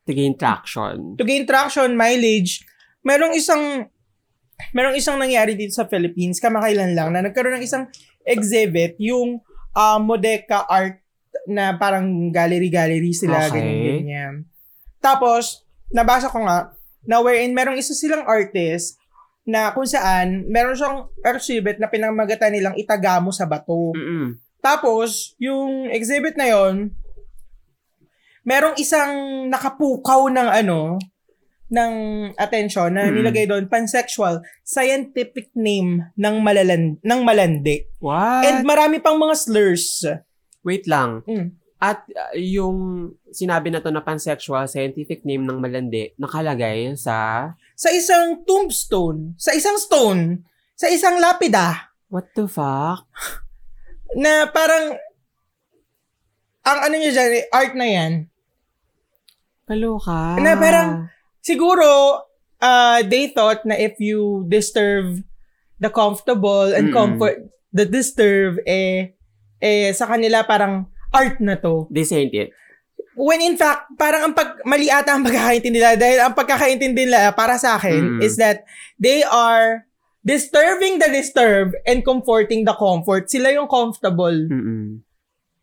S3: to gain traction.
S2: to gain traction, mileage, merong isang merong isang nangyari dito sa Philippines kamakailan lang na nagkaroon ng isang exhibit yung ah, Modeca art na parang gallery-gallery sila
S3: Okay.
S2: ganyan ganyan. Tapos nabasa ko nga na wherein merong isa silang artist na kung saan meron siyang exhibit na pinamagatan nilang itagamo sa bato.
S3: Mm-mm.
S2: Tapos, yung exhibit na yon merong isang nakapukaw ng ano, ng attention na
S3: Mm-mm.
S2: nilagay doon, pansexual, scientific name ng, malalan, ng malandi.
S3: What?
S2: And marami pang mga slurs.
S3: Wait lang.
S2: Mm.
S3: At uh, yung sinabi na to na pansexual, scientific name ng malandi, nakalagay sa...
S2: Sa isang tombstone, sa isang stone, sa isang lapida,
S3: What the fuck?
S2: na parang, ang ano niya dyan, eh, art na yan.
S3: Kaloka.
S2: Na parang- siguro uh, they thought na if you disturb the comfortable and
S3: Mm-mm.
S2: comfort the disturb eh eh sa kanila parang art na to.
S3: They saint it.
S2: When in fact, parang ang pag, mali ata ang pagkakaintindi nila dahil ang pagkakaintindi nila para sa akin
S3: Mm-mm.
S2: is that they are disturbing the disturbed and comforting the comfort. Sila yung comfortable.
S3: Mm-mm.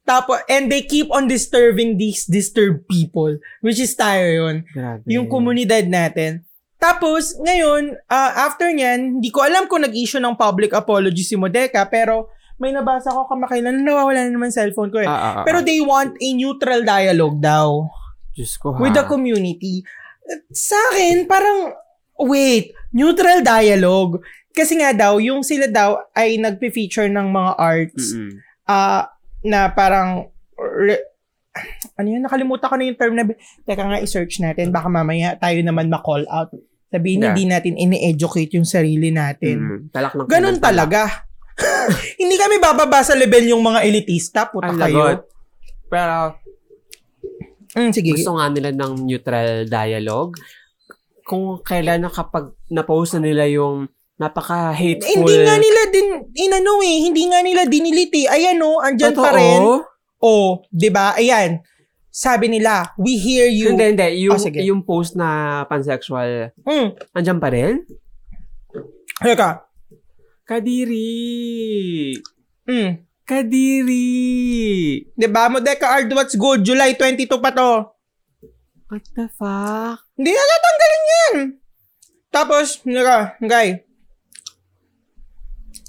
S2: Tapos, and they keep on disturbing these disturbed people, which is tayo yun
S3: Grabe.
S2: yung komunidad natin. Tapos, ngayon, ah, after nyan, hindi ko alam kung nag-issue ng public apology si Modeca, pero may nabasa ko kamakailan, nawawala na naman cellphone ko eh.
S3: Ah, ah, ah.
S2: Pero they want a neutral dialogue daw
S3: Diyos ko ha.
S2: with the community. Eh, Sa akin, parang, wait, neutral dialogue. Kasi nga daw, yung sila daw ay nagpe-feature ng mga arts
S3: Mm-mm.
S2: ah na parang re- ano yun, nakalimutan ko na yung term na, teka nga, i-search natin, baka mamaya tayo naman ma-call out. Sabihin,
S3: Yeah. Mm.
S2: hindi natin ini-educate yung sarili natin.
S3: Mm-mm. Talak ng
S2: Ganun talaga. *laughs* hindi kami bababa sa level yung mga elitista, puta
S3: Ang
S2: kayo.
S3: lagot. Pero
S2: Mm, sige.
S3: gusto nga nila ng neutral dialogue. Kung kailan na kapag na-post na nila yung napaka-hateful.
S2: Eh, hindi nga nila din, inano eh, hindi nga nila diniliti. Ayan o, andyan pa rin.
S3: Totoo.
S2: O, di ba? Ayan. Sabi nila, we hear you.
S3: Hindi, hindi.
S2: Ah,
S3: Yung,
S2: sige.
S3: yung post na pansexual,
S2: Mm.
S3: andyan pa rin?
S2: Teka.
S3: Kadiri!
S2: Mm.
S3: Kadiri!
S2: Diba? Modeka Ard, what's good? July 22 pa to.
S3: What the fuck?
S2: Hindi na natanggalin yan. Tapos, nga, guy.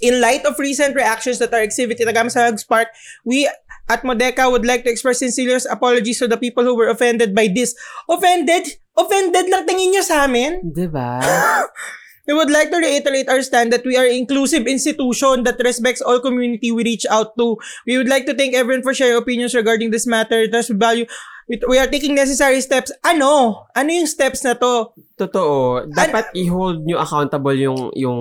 S2: In light of recent reactions that our exhibit itagam sa Hugs Park, we at Modeka would like to express sincere apologies to the people who were offended by this. Offended? Offended lang tingin nyo sa amin?
S3: Diba?
S2: We would like to reiterate our stand that we are an inclusive institution that respects all community we reach out to. We would like to thank everyone for sharing opinions regarding this matter. Thus, we value we- we are taking necessary steps. Ano? Ano yung steps na to?
S3: Totoo. Dapat i-hold nyo accountable yung yung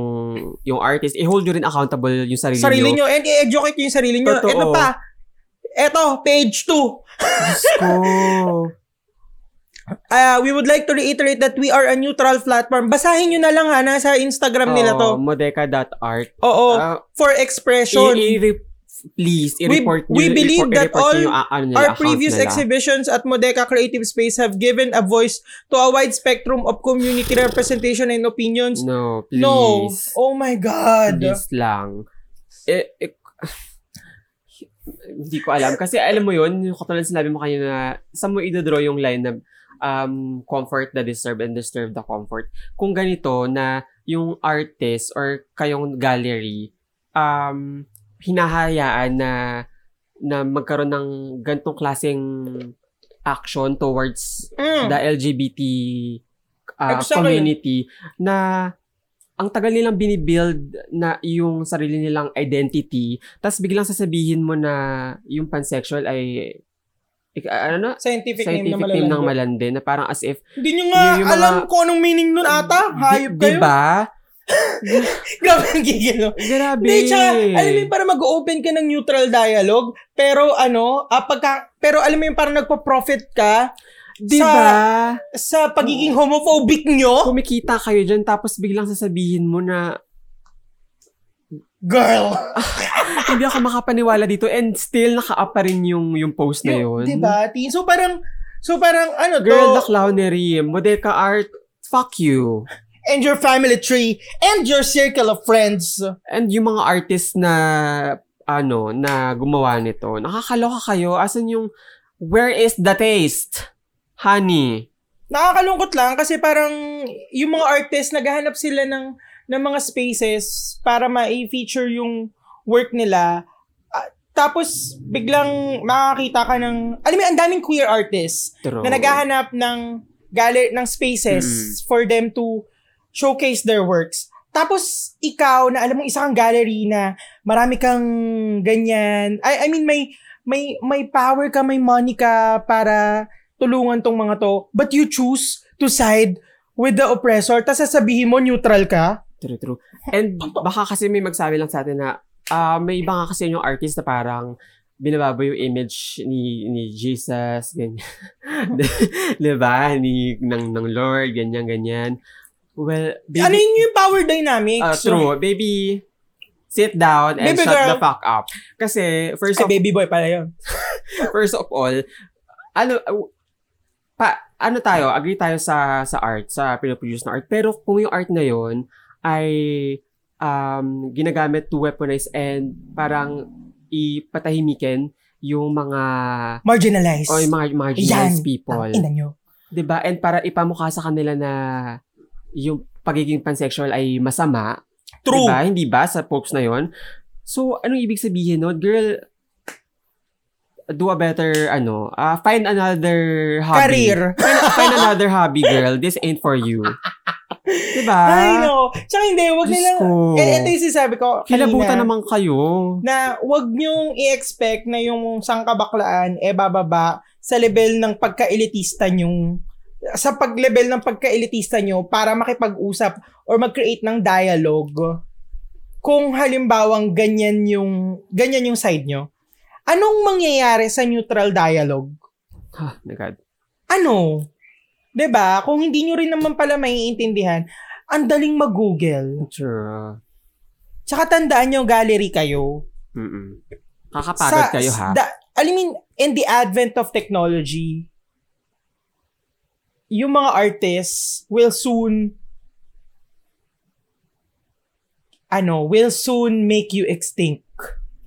S3: yung artist. I-hold nyo rin accountable yung sarili,
S2: Sarili
S3: nyo.
S2: nyo. And i-educate nyo yung sarili nyo.
S3: Totoo.
S2: Ano pa? Eto, page 2.
S3: Diyos ko.
S2: Uh, we would like to reiterate that we are a neutral platform. Basahin nyo na lang ha, nasa Instagram nila to. Oh,
S3: Oo, Modeka.art.
S2: Oo.
S3: Ah,
S2: for
S3: i-
S2: expression.
S3: i- please,
S2: We-
S3: i-report nyo.
S2: we believe that
S3: i-report nyo
S2: all
S3: yung, ah, ano nila,
S2: Our
S3: account
S2: previous
S3: nila.
S2: exhibitions at Modeca Creative Space have given a voice to a wide spectrum of community representation and opinions.
S3: No, please.
S2: No. Oh my God.
S3: Please lang. Eh, eh, *sighs* hindi ko alam. Kasi alam mo yun, yung katulad sinabi mo kanina, na saan mo idodraw yung line na um, comfort the disturb and disturb the comfort. Kung ganito na yung artist or kayong gallery, um, hinahayaan na na magkaroon ng gantong klaseng action towards
S2: Mm.
S3: the LGBT uh,
S2: Exactly.
S3: community na ang tagal nilang binibuild na yung sarili nilang identity tapos biglang sasabihin mo na yung pansexual ay ik- ano na,
S2: Scientific,
S3: scientific
S2: name na
S3: name ng
S2: malalanggo.
S3: malandi na parang as if
S2: Hindi nyo nga
S3: Yung- yung mga-
S2: alam kung anong meaning nun ata. Hayop
S3: di,
S2: kayo.
S3: diba?
S2: *laughs* Grabe ang gigil. no?
S3: Grabe.
S2: Hindi, tsaka, alam mo yun, para mag-open ka ng neutral dialogue, pero ano, ah, pagka, pero alam mo yun, parang nagpo-profit ka
S3: diba?
S2: sa pagiging homophobic nyo.
S3: Kumikita kayo dyan tapos biglang sasabihin mo na
S2: Girl!
S3: hindi ako makapaniwala dito and still naka-up pa rin yung, yung post na yun.
S2: Diba? Tingin- So parang, so parang ano
S3: Girl, the
S2: to,
S3: clownery, model ka art, fuck you.
S2: and your family tree, and your circle of friends.
S3: And yung mga artist na ano na gumawa nito, nakakaloka kayo. Asan yung where is the taste? Honey.
S2: Nakakalungkot lang kasi parang yung mga artists naghahanap sila ng ng mga spaces para ma-feature yung work nila. Ah, tapos biglang makakita ka ng alam mo ang daming queer artists
S3: True.
S2: na naghahanap ng galer ng
S3: Mm-hmm.
S2: spaces for them to showcase their works. Tapos ikaw na alam mo isa kang gallery na marami kang ganyan. I, I mean may may may power ka, may money ka para tulungan tong mga to. But you choose to side with the oppressor. Tapos sasabihin mo neutral ka.
S3: True, true. And baka kasi may magsabi lang sa atin na ah, may iba nga kasi yung artist na parang binababoy yung image ni ni Jesus, ganyan. *laughs* 'Di ba? Ni ng ng Lord, ganyan ganyan. Well,
S2: Ano
S3: baby,
S2: yun yung power dynamics?
S3: ah, true, baby sit down and
S2: Baby
S3: shut
S2: girl.
S3: the fuck up. Kasi
S2: Ay,
S3: first of
S2: baby boy pala yun.
S3: first of all, ano, uh, pa, ano tayo, agree tayo sa, sa art, sa pinoproduce na art. Pero kung yung art na yon ay um, ginagamit to weaponize and parang ipatahimikin yung mga
S2: Marginalized.
S3: o yung mga marginalized people.
S2: Ang ina nyo.
S3: 'Di ba? And para ipamukha sa kanila na yung pagiging pansexual ay masama,
S2: True.
S3: Diba? Hindi ba? Sa popes na yon So, anong ibig sabihin nun? Girl, do a better, ano, ah, find another hobby.
S2: Career.
S3: Find, find another hobby, girl. This ain't for you. Diba?
S2: Ay, no. Tsaka hindi, wag
S3: Diyos
S2: nilang...
S3: ko.
S2: Eh, ito yung sinasabi ko kanina.
S3: Kilabutan naman kayo.
S2: na wag niyong i-expect na yung sangkabaklaan e bababa sa level ng pagkaelitista niyong sa pag-level ng pagkaelitista niyo para makipag-usap or mag-create ng dialogue. Kung halimbawang ganyan yung ganyan yung side niyo, anong mangyayari sa neutral dialogue?
S3: Ha, Ah, my God.
S2: Ano? 'Di ba? Kung hindi niyo rin naman pala maiintindihan, ang daling mag-Google.
S3: Sure.
S2: Tsaka tandaan niyo gallery kayo.
S3: Mm-mm. Kakapagod kayo, ha?
S2: The, I mean, in the advent of technology, yung mga artists will soon ano, will soon make you extinct.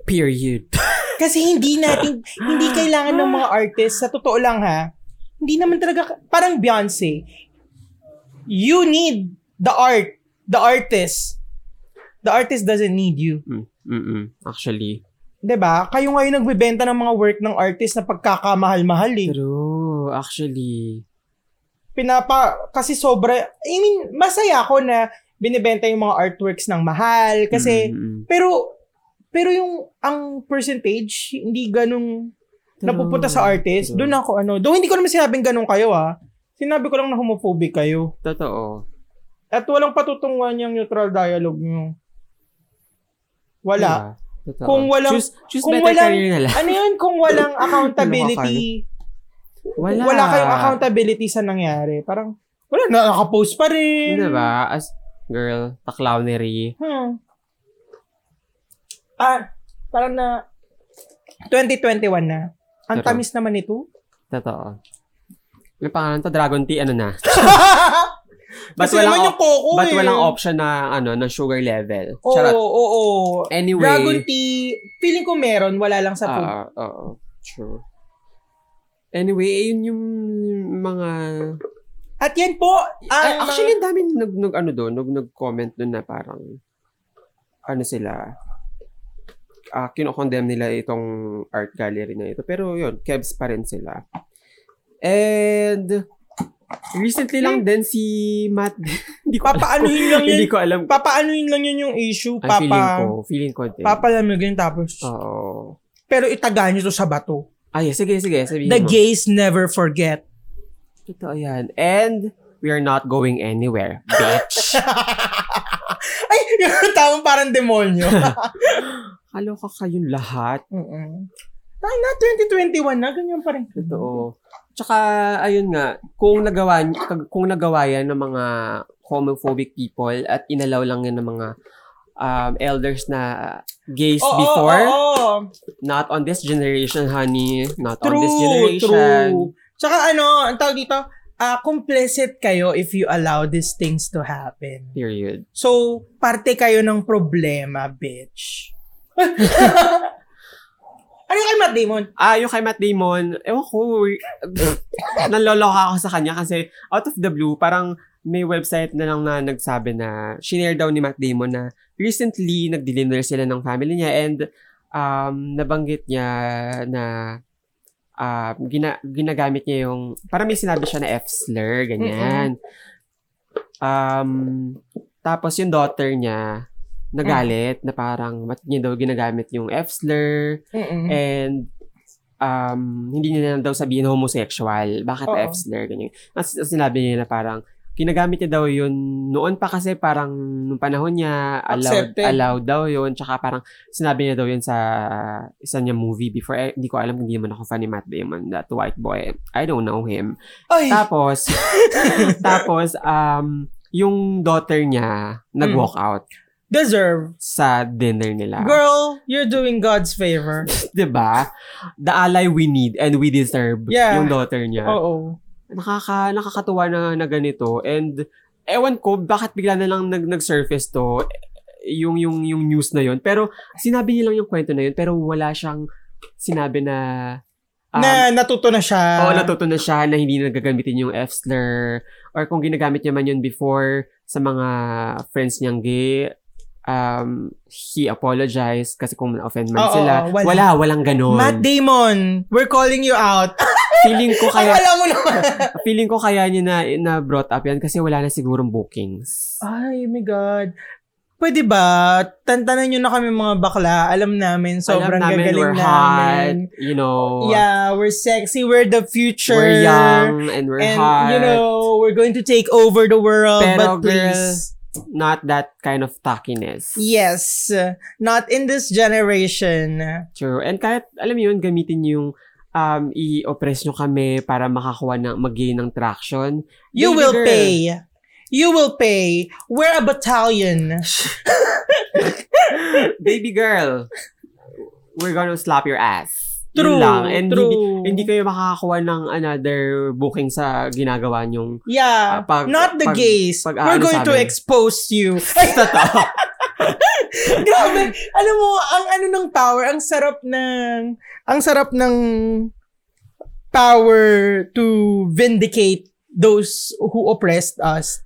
S3: Period.
S2: Kasi hindi
S3: *laughs*
S2: natin, hindi kailangan ng mga artists, sa totoo lang ha, hindi naman talaga, parang Beyonce, you need the art, the artist. The artist doesn't need you.
S3: Mm, Mm-mm. Actually.
S2: 'Di ba? Kayo ngayon nagbebenta ng mga work ng artist na pagkakamahal-mahal eh.
S3: True. Actually.
S2: pinapa kasi sobra I mean masaya ako na binebenta yung mga artworks ng mahal kasi
S3: Mm-mm.
S2: pero pero yung ang percentage hindi ganung
S3: True.
S2: napupunta sa artist
S3: True.
S2: doon ako ano doon hindi ko naman sinabing ganun kayo ah sinabi ko lang na homophobic kayo
S3: Totoo.
S2: at walang patutunguhan yung neutral dialogue nyo wala
S3: Diba? Totoo.
S2: Kung walang-
S3: choose, choose
S2: kung
S3: better
S2: walang-
S3: career na lang.
S2: ano yun kung walang accountability wala. kayong accountability sa nangyari parang wala na nakapost pa rin
S3: Diba? As girl, taklawnery.
S2: Hmm. Ah, parang na 2021 na. Ang
S3: Pero-
S2: tamis naman
S3: *laughs*
S2: ito.
S3: Totoo. Yung pangalan to, Dragon Tea, ano na. But
S2: Kasi naman
S3: walang,
S2: yung coco
S3: but
S2: eh.
S3: walang option na, ano, na sugar level.
S2: Oo,
S3: Charot.
S2: oo, oo.
S3: Anyway.
S2: Dragon tea, feeling ko meron, wala lang sa
S3: Ah,
S2: food.
S3: ah, oo. True. Anyway, ayun yung mga...
S2: At yan po, ang
S3: Ay, Eh, actually, ang dami nag, nag, ano doon, nag, nag-comment doon na parang, ano sila, ah, kinokondemn nila itong art gallery na ito. Pero yun, kebs pa rin sila. And recently lang din si Matt. *laughs* hindi ko alam.
S2: Papaanuhin lang
S3: *laughs* hindi
S2: yun.
S3: ko alam.
S2: Papaanuhin lang yun yung issue.
S3: Ang feeling ko, eh. Ah.
S2: Papa,
S3: feeling ko din.
S2: papalamigin tapos.
S3: Oo.
S2: Pero itaga nyo to sa bato.
S3: Ah, yeah, sige, sige. Sabihin
S2: The
S3: mo.
S2: gays never forget.
S3: Totoo yan. And we are not going anywhere, bitch.
S2: Ay, *laughs* yung tawang parang
S3: *laughs*
S2: demonyo.
S3: *laughs* Kaloka kayong lahat.
S2: Mm-mm. Ay, na 2021 na, ganyan pa rin.
S3: Totoo. Mm-hmm. Tsaka, ayun nga, kung nagawa, kung nagawa yan ng mga homophobic people at inalaw lang yan ng mga um, elders na gays
S2: Oo,
S3: before,
S2: oo, oo.
S3: not on this generation, honey. Not on this
S2: True,
S3: generation.
S2: true. Tsaka ano, ang tawag dito, ah, complicit kayo if you allow these things to happen.
S3: Period.
S2: So, parte kayo ng problema,
S3: *laughs*
S2: bitch. ano yung kay Matt Damon?
S3: Ah, yung kay Matt Damon, ewan ko, naloloka ako sa kanya kasi out of the blue, parang may website na lang na nagsabi na, shinare daw ni Matt Damon na recently nag-deliver sila ng family niya and um, nabanggit niya na ah, gina- ginagamit niya yung, parang may sinabi siya na F-slur, ganyan. Um, tapos yung daughter niya, nagalit na parang ba't niya daw ginagamit yung F-slur,
S2: Mm-mm.
S3: And um, hindi niya na daw sabihin homosexual. Bakit
S2: Oo.
S3: F-slur? Ganyan. At s- sinabi niya na parang ginagamit niya daw yun noon pa kasi parang nung panahon niya allowed,
S2: Accepted.
S3: allowed daw yun tsaka parang sinabi niya daw yun sa isa niya movie before eh, hindi ko alam hindi man ako fan ni Matt Damon that white boy I don't know him
S2: *laughs* Ay!
S3: tapos tapos um yung daughter niya nag-walk out
S2: Deserve.
S3: sa dinner
S2: Mm.
S3: nila
S2: Girl, you're doing God's favor.
S3: 'di ba? Diba? The ally we need and we deserve
S2: Yeah. Oh.
S3: yung daughter niya.
S2: Oo.
S3: Nakaka nakakatuwa na, na ganito and ewan ko bakit bigla na lang nag nag-surface to eh, yung yung yung news na yon. Pero sinabi niya lang yung kwento na yon pero wala siyang sinabi na um,
S2: na natuto na siya.
S3: Oo, natuto na siya na hindi na gagamitin yung F-slur or kung ginagamit niya man yun before sa mga friends niyang gay, um, he apologized kasi kung na-offend man
S2: Oo,
S3: sila.
S2: oo,
S3: wala.
S2: wala.
S3: walang ganun.
S2: Matt Damon, we're calling you
S3: *laughs*
S2: out.
S3: feeling ko
S2: Ay,
S3: kaya
S2: alam mo naman.
S3: feeling ko kaya niya na na brought up yan kasi wala na sigurong bookings.
S2: Ay, my God. Pwede ba? Tantanan nyo na kami mga bakla. Alam namin, sobrang
S3: Alam
S2: gagaling
S3: we're
S2: namin.
S3: hot, you know.
S2: Yeah, we're sexy. We're the future.
S3: We're young and we're
S2: and,
S3: hot.
S2: you know, we're going to take over the world.
S3: Pero,
S2: but
S3: girl,
S2: please.
S3: not that kind of tackiness.
S2: Yes. Not in this generation.
S3: True. And kahit, alam mo yun, gamitin niyo yung um, i-oppress nyo kami para makakuha ng, mag ng traction.
S2: You
S3: Baby
S2: will
S3: girl.
S2: pay. You will pay. We're a battalion.
S3: *laughs* Baby girl, we're gonna slap your ass. Yun
S2: True.
S3: lang. And
S2: true.
S3: Hindi, hindi kayo makakakuha ng another booking sa ginagawa nyong
S2: yeah.
S3: Ah, pag-
S2: not the
S3: pag-
S2: gays.
S3: pag- ah,
S2: we're
S3: ano
S2: going to
S3: sabi?
S2: expose
S3: *laughs*
S2: you.
S3: Totoo.
S2: Grabe. Alam mo, ang ano ng power, ang sarap ng, ang sarap ng power to vindicate those who oppressed us.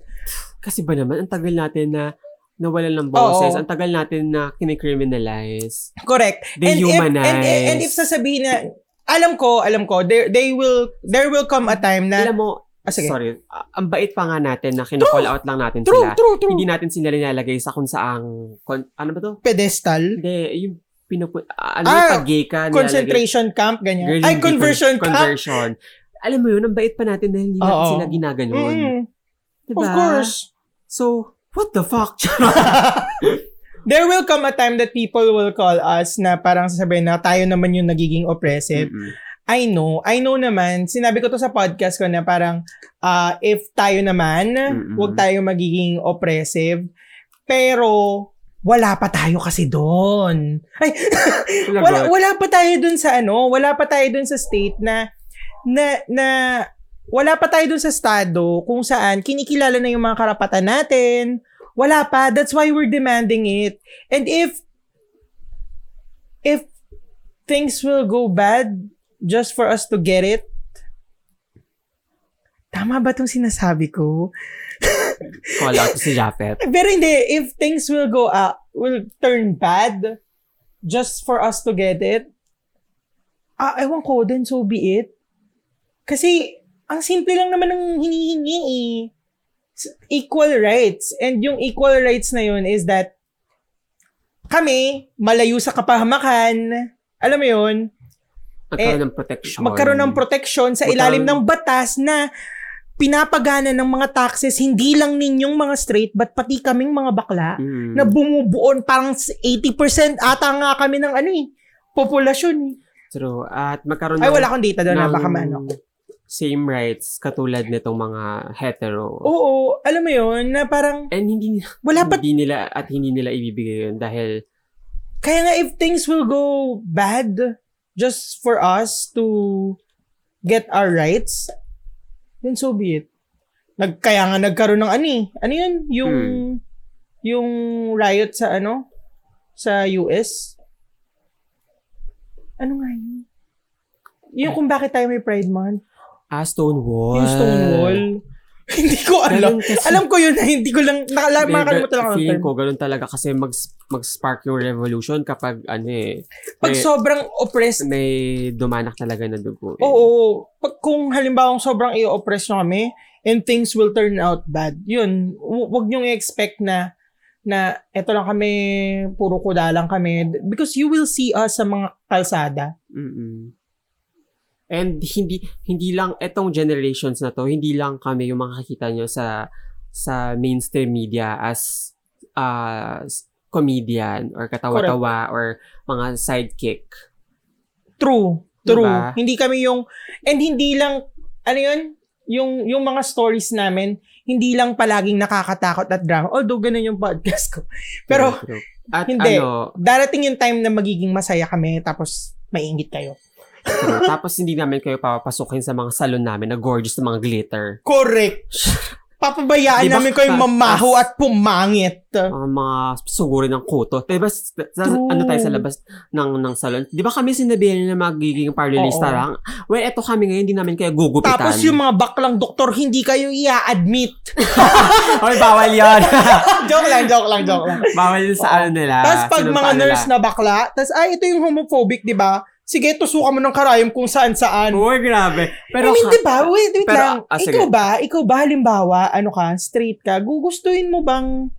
S3: Kasi ba naman, ang tagal natin na nawalan ng boses.
S2: Oo.
S3: Ang tagal natin na kinicriminalize.
S2: Correct.
S3: Dehumanize.
S2: If, and, and, and if sasabihin na, alam ko, alam ko, there, they will, there will come a time na,
S3: Alam mo,
S2: ah, sige.
S3: sorry, a- ang bait pa nga natin na kinocall out lang natin
S2: True,
S3: sila.
S2: true, true.
S3: Hindi natin sila nilalagay sa kung saang, kon- ano ba to?
S2: Pedestal.
S3: Hindi, yung pinupu- ah, ano
S2: Ah,
S3: yung pag-gay ka, nilalagay-
S2: Concentration camp, ganyan.
S3: Girl,
S2: Ay,
S3: hindi,
S2: conversion
S3: con-
S2: camp.
S3: Conversion. Alam mo yun, ang bait pa natin dahil hindi natin
S2: Oo.
S3: sila ginaganon.
S2: Mm,
S3: Diba?
S2: Of course.
S3: So, what the
S2: *laughs*
S3: fuck?
S2: There will come a time that people will call us na parang sasabihin na tayo naman yung nagiging oppressive.
S3: Mm-mm.
S2: I know, I know naman, sinabi ko to sa podcast ko na parang ah, if tayo naman,
S3: Mm-mm.
S2: wag tayo magiging oppressive. Pero wala pa tayo kasi doon. Ay, wala,
S3: Lagot.
S2: wala pa tayo doon sa ano, wala pa tayo doon sa state na na na wala pa tayo doon sa estado kung saan kinikilala na yung mga karapatan natin. Wala pa. That's why we're demanding it. And if if things will go bad just for us to get it, tama ba itong sinasabi ko?
S3: Call out si Japet.
S2: Eh, Pero hindi, if things will go up, will turn bad, just for us to get it, ah, ewan ko, then so be it. Kasi, ang simple lang naman ng hinihingi eh. S- Equal rights. And yung equal rights na yun is that kami, malayo sa kapahamakan, alam mo yun,
S3: Magkaroon ng protection.
S2: magkaroon ng protection sa ilalim ng batas na pinapagana ng mga taxes, hindi lang ninyong mga straight, but pati kaming mga bakla
S3: Mm.
S2: na bumubuon parang 80% ata nga kami ng ano eh, populasyon eh.
S3: True. At magkaroon
S2: Ay,
S3: ng-
S2: wala akong data doon,
S3: ng
S2: na baka maano.
S3: Same rights, katulad nitong mga hetero.
S2: Oo, alam mo yun, na parang
S3: And hindi,
S2: Oh. wala pa,
S3: hindi nila at hindi nila ibibigay yun dahil
S2: kaya nga if things will go bad just for us to get our rights, then so be it. Nag, kaya nga nagkaroon ng ano eh, ano yun? Yung,
S3: Hmm.
S2: yung riot sa ano? Sa US? Ano nga yun? Yung kung bakit tayo may Pride Month.
S3: ah, Stonewall.
S2: Yung Stonewall. *laughs* hindi ko alam.
S3: Ganun kasi-
S2: alam ko yun na hindi ko lang, nakala,
S3: Hindi,
S2: makakalimutan lang ako ng
S3: Feeling
S2: term.
S3: ko, ganun talaga kasi mag, mag-spark yung revolution kapag ano eh,
S2: Pag
S3: may,
S2: sobrang oppressed,
S3: may dumanak talaga na dugo. eh.
S2: oo, pag kung halimbawa sobrang i-oppress nyo kami, and things will turn out bad. Yun, hu- wag nyong i-expect na na eto lang kami, puro kuda lang kami. Because you will see us sa mga kalsada.
S3: Mm-mm. And hindi hindi lang etong generations na to, hindi lang kami yung makakita nyo sa sa mainstream media as uh, s- comedian or katawa-tawa or mga sidekick.
S2: True. True.
S3: Diba?
S2: Hindi kami yung, and hindi lang, ano yun? Yung, yung mga stories namin, hindi lang palaging nakakatakot at drama. Although ganun yung podcast ko. Pero,
S3: True, true. at
S2: hindi.
S3: ano,
S2: darating yung time na magiging masaya kami tapos maingit kayo.
S3: true. tapos hindi namin kayo papasukin sa mga salon namin na gorgeous na mga glitter.
S2: Correct. Papabayaan
S3: Di ba?
S2: namin kayong mamaho at pumangit.
S3: mga, mga suguri ng kuto. Diba, sa, sa-
S2: True.
S3: ano tayo sa labas ng, ng salon? Di ba kami sinabihan na magiging parlorista
S2: Oo.
S3: lang? Well, eto kami ngayon, hindi namin kayo gugupitan.
S2: Tapos yung mga baklang doktor, hindi kayo
S3: *laughs*
S2: i-admit.
S3: Ay, bawal
S2: *laughs*
S3: yun.
S2: Ah, joke lang, joke lang, joke lang.
S3: bawal yun
S2: Oo.
S3: sa ano nila.
S2: tapos pag mga
S3: sinuntaan
S2: nurse
S3: nila.
S2: na bakla, tapos ay, ito yung homophobic, di ba? Sige, tusukan mo ng karayom kung saan-saan.
S3: Oh, grabe. Pero,
S2: I mean,
S3: ka-
S2: di ba? Wait, wait
S3: pero,
S2: lang.
S3: ah, sige.
S2: ikaw ba? Ikaw ba, halimbawa, ano ka, straight ka, gugustuhin mo bang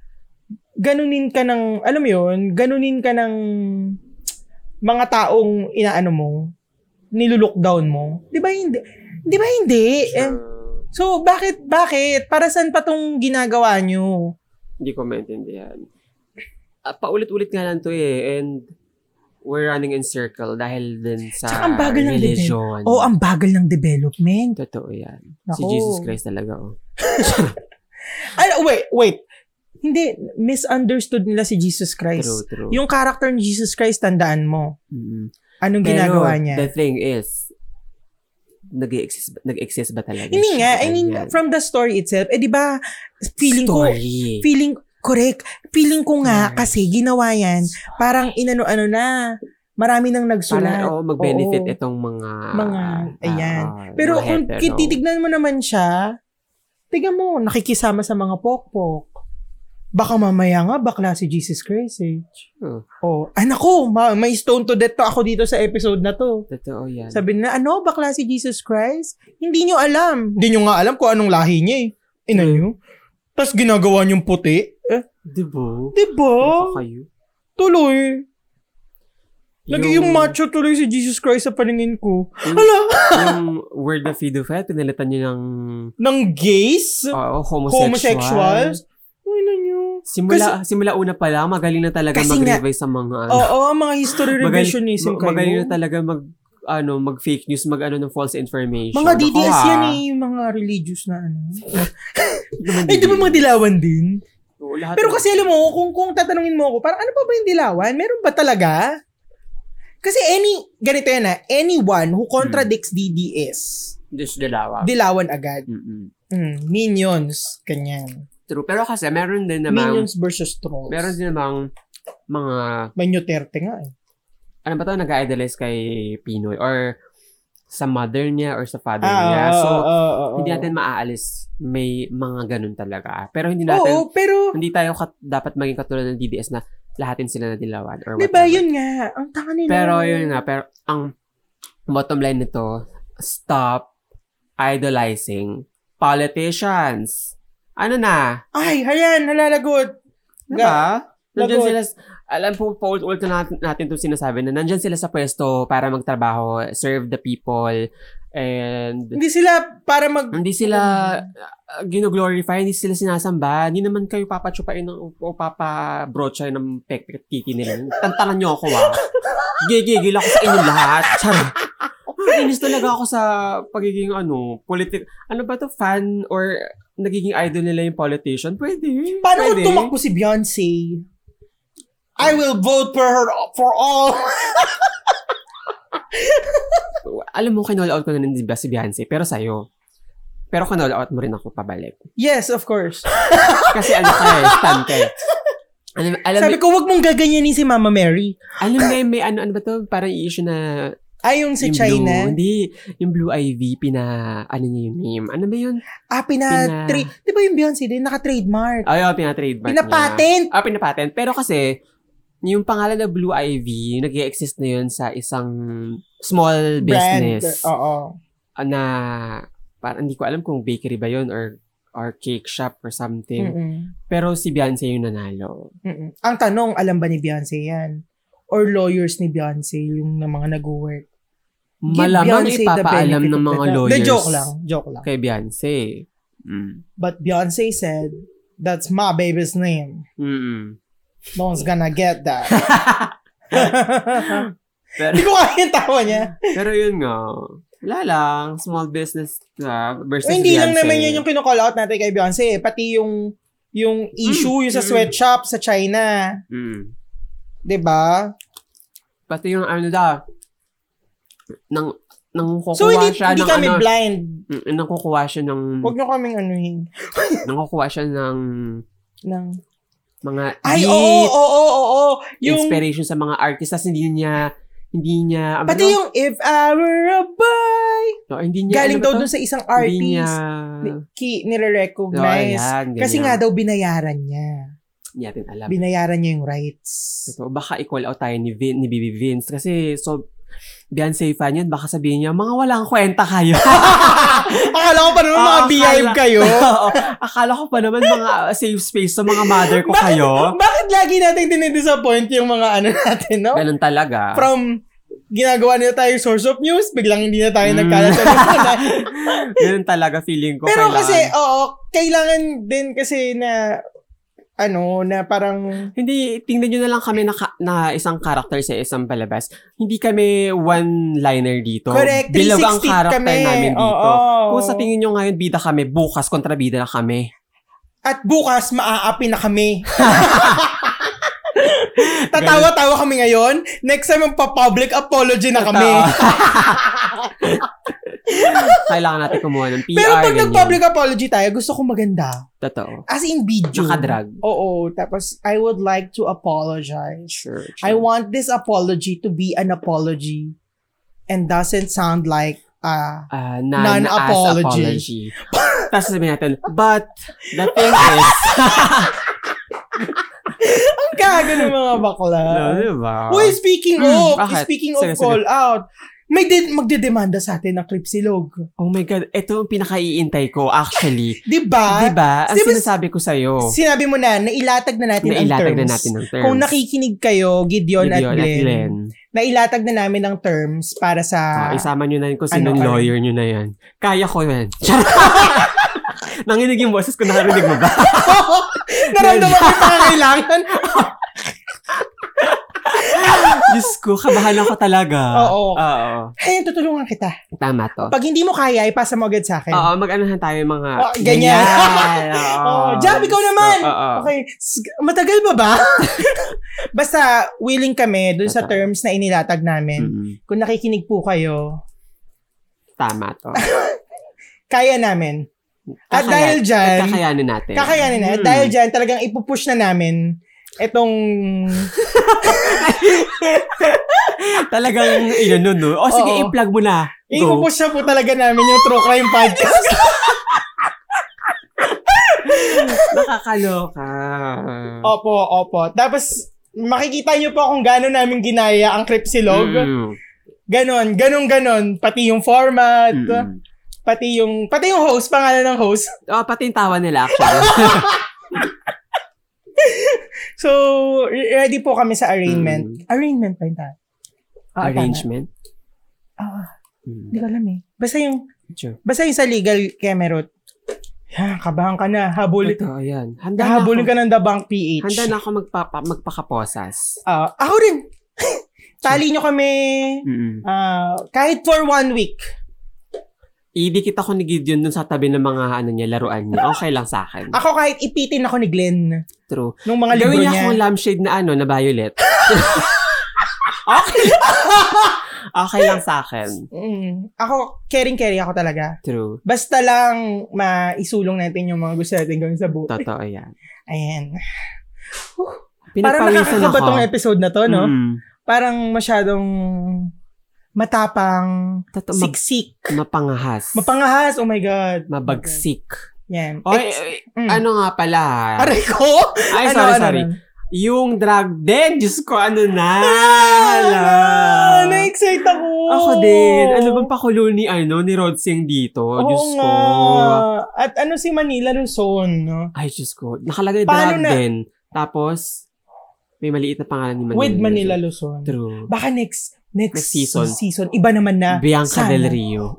S2: ganunin ka ng, alam mo yun, ganunin ka ng mga taong inaano mo, nilulockdown mo? Di ba hindi? Di ba hindi? Eh, so, bakit, bakit? Para saan pa tong ginagawa nyo?
S3: Hindi ko maintindihan. Ah, paulit-ulit nga lang to eh. And, we're running in circle dahil din sa
S2: Tsaka ang bagal ng
S3: religion.
S2: Oh, ang bagal ng development.
S3: Totoo yan. Si
S2: Nako.
S3: Jesus Christ talaga. Oh.
S2: Ano, wait, wait. Hindi, misunderstood nila si Jesus Christ.
S3: True, true.
S2: Yung character ni Jesus Christ, tandaan mo.
S3: Mm.
S2: Anong
S3: Pero,
S2: ginagawa niya?
S3: the thing is, nag-exist, nag-exist ba talaga?
S2: Hindi
S3: siya?
S2: nga, I mean,
S3: Ganyan.
S2: from the story itself, eh di ba, feeling ko,
S3: Story.
S2: feeling, correct, feeling ko nga
S3: Yes.
S2: kasi ginawa yan, parang inano-ano na, marami nang
S3: Para,
S2: nagsulat.
S3: oo, oh, mag-benefit
S2: Oo.
S3: itong mga...
S2: Mga, ayan.
S3: ah,
S2: Pero
S3: mga
S2: kung
S3: hetero.
S2: titignan mo naman siya, tiga mo, nakikisama sa mga pokpok. Baka mamaya nga, bakla si Jesus Christ eh.
S3: Hmm.
S2: Oh, anak ko, ma- may stone to death to ako dito sa episode na to.
S3: Totoo yan.
S2: Sabi nila, ano, bakla si Jesus Christ? Hindi nyo alam. Hindi nyo nga alam kung anong lahi niya eh. Ina nyo. Tapos ginagawa niyong puti. Eh,
S3: diba?
S2: di ba?
S3: Ano kayo?
S2: Tuloy. Lagi yung, macho tuloy si Jesus Christ sa paningin ko. Ala!
S3: yung word na pedophile, pinalitan nyo ng
S2: Nang gays?
S3: oo, homosexual.
S2: homosexuals? Ay, na nyo.
S3: Simula, simula una pa lang, magaling na talaga
S2: Kasi nga-
S3: mag-revise sa mga... ano,
S2: Oo, ang mga history
S3: magaling-
S2: revisionism
S3: ma-
S2: kayo.
S3: Magaling na talaga mag ano mag fake news mag ano ng false information
S2: mga DDS
S3: Ako,
S2: yan
S3: ah.
S2: eh, yung mga religious na ano.
S3: Naman
S2: Ay, di ba
S3: DDS?
S2: mga dilawan din?
S3: Oo, lahat
S2: Pero
S3: ng-
S2: kasi alam mo, kung, kung tatanungin mo ako, parang ano pa ba yung dilawan? Meron ba talaga? Kasi any, ganito yan na, anyone who contradicts
S3: Hmm.
S2: DDS,
S3: Diyos dalawa.
S2: dilawan agad.
S3: Mm-mm.
S2: Mm, minions, ganyan.
S3: True. Pero kasi meron din namang
S2: Minions versus trolls.
S3: Diba? meron din namang mga
S2: May Duterte nga eh.
S3: ano ba to nag-idolize kay Pinoy or sa mother niya or sa father
S2: Ah, oo,
S3: niya. Diba? so
S2: oo, oo,
S3: hindi
S2: oo.
S3: natin maaalis may mga ganun talaga. Pero hindi
S2: Oo,
S3: natin
S2: pero
S3: hindi tayo kat- dapat maging katulad ng DDS na lahatin sila na dilawan or
S2: Di ba,
S3: whatever.
S2: yun nga. Ang tanga nila.
S3: Pero yun nga, pero ang bottom line nito, stop idolizing politicians. Ano na?
S2: Ay, hayan, nalalagot.
S3: Diba? Nandiyan
S2: Lagot.
S3: sila, alam po, paulit-ulit na natin, natin itong sinasabi na nandiyan sila sa pwesto para magtrabaho, serve the people, and
S2: Hindi sila para mag...
S3: hindi sila uh, ginoglorify, hindi sila sinasamba. Hindi naman kayo papatsupain ng, o papabrocha ng pek titi nila. Tantanan nyo ako, ah. Gigigil ako sa inyo lahat. Charot. Inis talaga ako sa pagiging ano, politik. Ano ba to fan or nagiging idol nila yung politician? Pwede.
S2: Paano kung
S3: pwede.
S2: tumakbo si Beyonce? I will vote for her for all. *laughs*
S3: Alam mo, kinall out ko na rin di ba si Beyonce, pero sa'yo. Pero kinall out mo rin ako pabalik.
S2: yes, of course.
S3: Kasi ano ka eh, stan ka eh. Alam, alam,
S2: Sabi ko, wag mong gaganyanin si Mama Mary.
S3: alam na yung may ano, ano ba to? Parang issue na
S2: Ay, yung sa
S3: Yung Blue,
S2: China.
S3: hindi. Yung Blue Ivy, pina, ano niya yung name? Ano ba yun?
S2: Ah, pina...
S3: Pina-
S2: Tra- di ba yung Beyonce din? Naka-trademark.
S3: Ay, oh, pinatrademark
S2: Pinapatent.
S3: niya. Ah, pinapatent. Pero kasi, yung pangalan na Blue Ivy, nag exist na yun sa isang small business
S2: Brand. eh, oh. Oo.
S3: na, parang hindi ko alam kung bakery ba yun or or cake shop or something.
S2: Mm-mm.
S3: Pero si Beyonce yung nanalo.
S2: Mm-mm. Ang tanong, alam ba ni Beyonce yan? Or lawyers ni Beyonce yung na mga nag-work? Give
S3: Malamang
S2: Beyonce the
S3: ipapaalam
S2: benefit of
S3: ng
S2: the
S3: mga
S2: doubt.
S3: lawyers.
S2: Hindi, joke lang. Joke lang.
S3: Kay Beyonce. Mm.
S2: But Beyonce said, that's my baby's name.
S3: Mm-mm.
S2: No one's gonna get
S3: *laughs*
S2: that.
S3: Pero,
S2: Hindi ko kaya yung tawa niya.
S3: Pero yun nga, wala lang, small business ka versus
S2: Eh, hindi lang
S3: Beyonce.
S2: naman yun yung kinocall out natin kay Beyonce. eh. Pati yung yung issue, yung sa
S3: mm.
S2: sweatshop sa China.
S3: Mm.
S2: 'Di ba?
S3: Pati yung ano da, nang, nang kukuha
S2: So, hindi,
S3: siya
S2: hindi
S3: ng
S2: kami
S3: ano,
S2: blind.
S3: mm, nang kukuha siya ng,
S2: Huwag nyo kaming anuhin.
S3: nang kukuha siya ng
S2: Ng...
S3: mga
S2: Ay,
S3: beat,
S2: oo, oo, oo, oo, oo. Yung,
S3: inspiration sa mga artist, tas hindi niya, hindi niya, ano
S2: pati
S3: ba?
S2: yung If I Were a Boy.
S3: No, hindi niya,
S2: Galing
S3: ano ba
S2: daw
S3: to?
S2: dun sa isang
S3: Hindi niya,
S2: artist. Ni- Ki, nire-recognize.
S3: Oh, ayan, ganyan.
S2: Kasi nga daw binayaran niya.
S3: hindi natin alam.
S2: Binayaran niya yung
S3: *laughs*
S2: rights.
S3: So, baka i-call out tayo ni, Vin, ni Bibi Vince. Kasi, so, Beyonce fan yan, baka sabihin niya, mga walang kwenta
S2: *laughs*
S3: kayo. *laughs*
S2: Akala ko pa naman
S3: Ah,
S2: mga
S3: akala-
S2: beehive
S3: *laughs*
S2: kayo.
S3: Oo. akala ko pa naman mga safe space sa mga mother ko kayo.
S2: Bakit lagi natin dinidisappoint yung mga ano natin, *laughs* no?
S3: Ganun talaga.
S2: From ginagawa nila tayo source of news, biglang hindi na tayo
S3: Mm. *laughs*
S2: nagkalat sa nila.
S3: Ganun talaga feeling ko.
S2: Pero
S3: kailangan.
S2: kasi, oh, oo, kailangan din kasi na, ano, na parang,
S3: Hindi, tingnan nyo na lang kami na, ka- na isang character sa isang palabas. Hindi kami one-liner dito.
S2: correct, 360
S3: Bilog ang character
S2: kami.
S3: namin dito.
S2: Oo.
S3: Kung sa tingin nyo ngayon, bida kami, bukas, kontrabida na kami.
S2: At bukas, maaapi na
S3: *laughs*
S2: kami. Tatawa-tawa kami ngayon. Next time, magpa-public apology na kami.
S3: *laughs* Kailangan natin kumuha ng PR.
S2: Pero pag
S3: ganyan.
S2: nag-public apology tayo, gusto ko maganda.
S3: Totoo.
S2: As in video.
S3: Nakadrag.
S2: Oo. Tapos, I would like to apologize.
S3: Sure, sure.
S2: I want this apology to be an apology and doesn't sound like ah
S3: uh,
S2: Non-apology.
S3: non-apology. Tapos sabihin natin, but the thing is,
S2: *laughs* ang gago ng mga bakla.
S3: *laughs* no, diba?
S2: Uy, speaking of,
S3: Mm, bakit?
S2: speaking of
S3: Sige, sige.
S2: call out, may de- magdedemanda sa atin ng Cripsilog.
S3: Oh my God, ito ang pinakaiintay ko actually.
S2: Di ba?
S3: diba? Ang
S2: Diba-
S3: sinasabi ko sa'yo,
S2: Sinabi mo na, nailatag na natin ang
S3: nailatag
S2: terms.
S3: na natin ng terms.
S2: Kung nakikinig kayo, Gideon,
S3: Gideon
S2: at, Glenn, nailatag na namin ang terms para sa...
S3: Oh, isama nyo na yun kung
S2: Ah,
S3: sinong
S2: Ano ka?
S3: lawyer nyo na yan. Kaya ko yan. *laughs*
S2: *laughs*
S3: Charot! Nanginig yung boses ko, nakarinig mo ba?
S2: *laughs*
S3: *laughs*
S2: Naramdaman ko yung pangangailangan.
S3: Diyos ko, kabahan ako talaga.
S2: Oo.
S3: Oo.
S2: Ayun, tutulungan kita.
S3: Tama to.
S2: Pag hindi mo kaya, ipasa mo agad sa akin.
S3: Oo, mag-anahan tayo mga...
S2: Oh, ganyan. *laughs* Oh,
S3: Oo.
S2: Jab, ikaw naman!
S3: Oo, oo.
S2: Okay, s- matagal ba *laughs* ba? Basta, willing kami dun sa
S3: Totoo.
S2: terms na inilatag namin.
S3: Mm-mm.
S2: Kung nakikinig po kayo,
S3: Mm, Tama to.
S2: kaya namin. *laughs* At
S3: Kakaya-
S2: dahil dyan,
S3: at kakayanin natin.
S2: kakayanin na. At
S3: Mm.
S2: dahil dyan, talagang ipupush na namin itong...
S3: *laughs* Talagang, yun, no, no. O sige,
S2: Oo.
S3: i-plug mo na. Go.
S2: Ipupush na po talaga namin yung True Crime Podcast.
S3: Nakakaloka.
S2: Oh, opo, opo. Tapos, makikita niyo po kung gaano namin ginaya ang Cripsilog.
S3: Mm.
S2: Ganon, ganon, ganon. Pati yung format,
S3: Mm.
S2: pati yung, pati yung host, pangalan ng host.
S3: Oh, pati yung tawa nila actually.
S2: *laughs* So, re- ready po kami sa arraignment.
S3: Mm.
S2: Arraignment ba yun tayo? Ah,
S3: Arrangement.
S2: tama. Ah,
S3: Mm.
S2: hindi ko alam eh. Basta yung,
S3: Sure.
S2: basta yung sa legal kemerot. Yan, kabahan ka na. Habulin,
S3: Totoo, ayan. Handa na
S2: habulin
S3: ako.
S2: ka ng The Bank PH.
S3: Handa na ako magpapa, magpakaposas.
S2: Ah, ako rin. *laughs* Tali nyo kami
S3: Mm-mm.
S2: ah, kahit for one week.
S3: Idikit ako ni Gideon dun sa tabi ng mga ano niya, laruan niya. Okay lang sa akin.
S2: Ako kahit ipitin ako ni Glenn
S3: True.
S2: nung Ah, mga libro
S3: Gawin niya
S2: niya.
S3: akong lampshade na ano, na
S2: *laughs*
S3: violet. okay. *laughs* okay lang sa akin.
S2: Mm. Ako, caring-caring ako talaga.
S3: True.
S2: Basta lang maisulong natin yung mga gusto natin gawin sa buhay.
S3: Totoo yan.
S2: Ayan. Parang
S3: Pinagpawisan
S2: nakakakaba
S3: ako.
S2: tong episode na to, no?
S3: Mm.
S2: Parang masyadong matapang,
S3: Totoo, mag-
S2: siksik,
S3: mapangahas.
S2: mapangahas. Oh my God.
S3: Bagsik.
S2: Yan.
S3: Oy,
S2: Ex-
S3: oy,
S2: mm.
S3: ano nga pala?
S2: Aray ko!
S3: Ay,
S2: Ano,
S3: sorry,
S2: ano,
S3: sorry.
S2: ano?
S3: Yung drug den, Diyos ko, ano na? Hala.
S2: Ah, na-excite ako.
S3: Ako din. Ano bang pakulo ni, ano, ni Rod Singh dito?
S2: Oo
S3: Diyos
S2: nga.
S3: ko.
S2: At ano si Manila Luzon, no?
S3: Ay, Diyos ko. Nakalagay
S2: Paano
S3: drug
S2: na-
S3: den. Tapos, may maliit na pangalan ni Manila.
S2: With Manila Luzon.
S3: True.
S2: Baka next, next,
S3: Next season.
S2: season, iba naman na.
S3: Bianca
S2: Sana.
S3: Del Rio.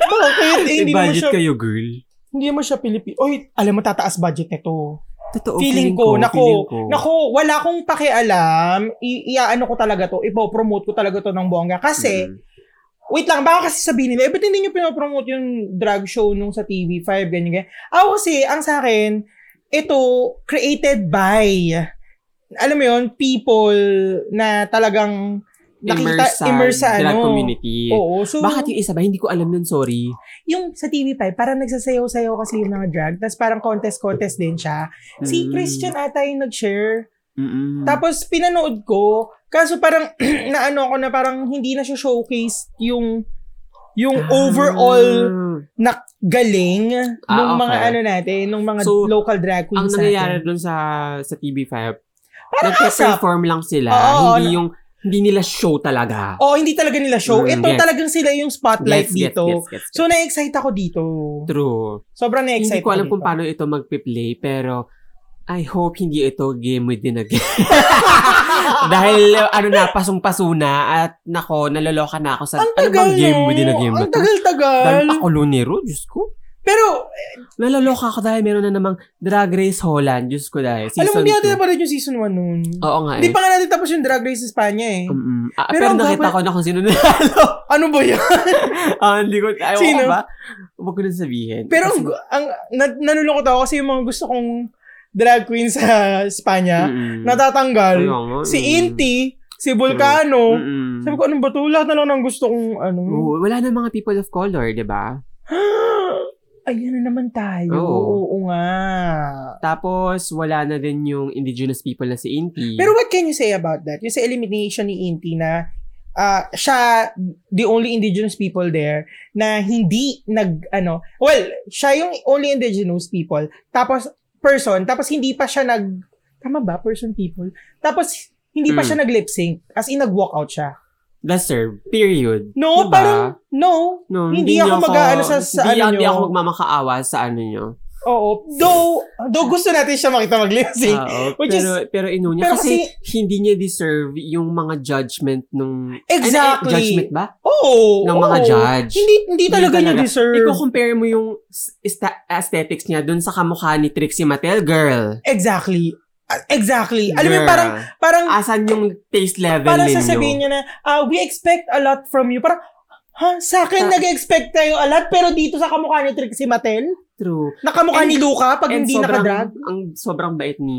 S2: Bakit? Eh, hindi mo
S3: budget
S2: siya,
S3: kayo, girl.
S2: hindi mo siya Pilipino. Oy, alam mo, tataas budget nito.
S3: Totoo,
S2: feeling, ko, nako,
S3: feeling ko.
S2: nako, wala akong pakialam. I- iaano ko talaga to, ipopromote ko talaga to ng bongga. Kasi,
S3: Mm.
S2: wait lang, baka kasi sabihin nila, eh, ba't hindi nyo pinopromote yung drag show nung sa TV5, ganyan, ganyan. Ako kasi, ang sa akin, ito, created by, alam mo yun, people na talagang nakita,
S3: Immersed sa
S2: immersed sa
S3: drag
S2: ano.
S3: community.
S2: Oo, so,
S3: Bakit yung isa ba? Hindi ko alam nun, sorry.
S2: yung sa TV5, parang nagsasayaw-sayaw kasi yung mga drag, tapos parang contest-contest din siya. Si
S3: Mm.
S2: Christian ata yung nag-share.
S3: Mm-mm.
S2: Tapos pinanood ko, kaso parang *clears throat* naano ko na parang hindi na siya showcase yung yung overall
S3: Ah.
S2: na galing
S3: Ah,
S2: ng mga
S3: okay.
S2: ano natin, ng mga
S3: So,
S2: local drag
S3: ang
S2: queens
S3: nangyayari
S2: natin.
S3: doon sa sa TV5,
S2: Parang asap.
S3: nagpe-perform lang sila.
S2: Oo,
S3: hindi yung hindi nila show talaga.
S2: Oh, hindi talaga nila show.
S3: Mm,
S2: Ito
S3: yes.
S2: talagang sila yung spotlight
S3: Yes, yes,
S2: dito.
S3: yes, yes, yes.
S2: So na-excite ako dito.
S3: True.
S2: Sobrang na-excite
S3: hindi ko alam
S2: ako
S3: kung
S2: dito.
S3: paano ito magpe-play pero I hope hindi ito game within
S2: *laughs*
S3: a game. Dahil ano na, pasong-paso na at nako, naloloka na ako sa
S2: Ang
S3: ano
S2: tagal
S3: bang game
S2: no?
S3: within a game na
S2: Ang
S3: to?
S2: tagal-tagal.
S3: Dahil pakulo ni Ro, Diyos ko.
S2: Pero
S3: Naloloka ako dahil meron na namang Drag Race Holland, Diyos ko dahil. Season
S2: alam mo, hindi natin
S3: 2.
S2: napanood yung season 1 noon.
S3: Oo nga eh.
S2: Hindi pa nga natin tapos yung Drag Race sa Espanya eh.
S3: Mm-mm. Ah,
S2: Pero
S3: pero,
S2: ang
S3: nakita
S2: gaba-
S3: ko na *laughs* kung sino nanalo.
S2: *laughs* Ano ba yan?
S3: Ah, hindi ko, ayaw
S2: Sino?
S3: ko ba? Huwag ko na sabihin.
S2: Pero
S3: Kasi-
S2: ang, ang na, nalulungkot ako kasi yung mga gusto kong drag queen sa Espanya,
S3: Mm-mm. Ayaw
S2: natatanggal.
S3: nga,
S2: Ah, Si
S3: mm.
S2: Inti, si Vulcano.
S3: Mm-mm.
S2: Sabi ko, anong ba to? Lahat na lang ng gusto kong ano. *gasps*
S3: Oo, wala na mga people of color, di ba?
S2: Ayan na ano naman tayo.
S3: Oo.
S2: Oo nga.
S3: Tapos, wala na din yung indigenous people na si Inti.
S2: Pero what can you say about that? Yung sa elimination ni Inti na ah, siya, the only indigenous people there na hindi nag, ano, well, siya yung only indigenous people. Tapos, person, tapos hindi pa siya nag, tama ba? Person, people. Tapos, hindi pa
S3: Mm.
S2: siya nag-lip sync. As in, nag-walk out siya.
S3: Deserve, period.
S2: No,
S3: Diba?
S2: parang, no.
S3: No,
S2: hindi ako mag-aano sa- sa
S3: hindi,
S2: ano
S3: Hindi
S2: nyo.
S3: ako magmamakaawa sa ano nyo.
S2: Oo. Though, though gusto natin siya makita mag-lip sync.
S3: Oo,
S2: Which
S3: pero, pero inunya.
S2: pero
S3: kasi, hindi niya deserve yung mga judgment nung...
S2: Exactly.
S3: Ano, judgment ba?
S2: Oo.
S3: Ng mga
S2: oo.
S3: judge.
S2: Hindi, hindi talaga niya
S3: talaga.
S2: deserve.
S3: Ikaw compare mo yung s- esta- aesthetics niya dun sa kamukha ni Trixie Mattel, girl.
S2: Exactly. Ah, Exactly. Alam mo,
S3: Girl.
S2: yun, parang, parang,
S3: Asan yung taste level
S2: parang
S3: ninyo?
S2: sasabihin niya na, ah, we expect a lot from you. Parang, ha? Sa akin,
S3: Ah.
S2: nag-expect tayo a lot, pero dito sa kamukha ni Trixie Mattel,
S3: True.
S2: nakamukha
S3: And-
S2: ni Luca pag
S3: And
S2: hindi
S3: sobrang,
S2: nakadrag.
S3: ang sobrang bait ni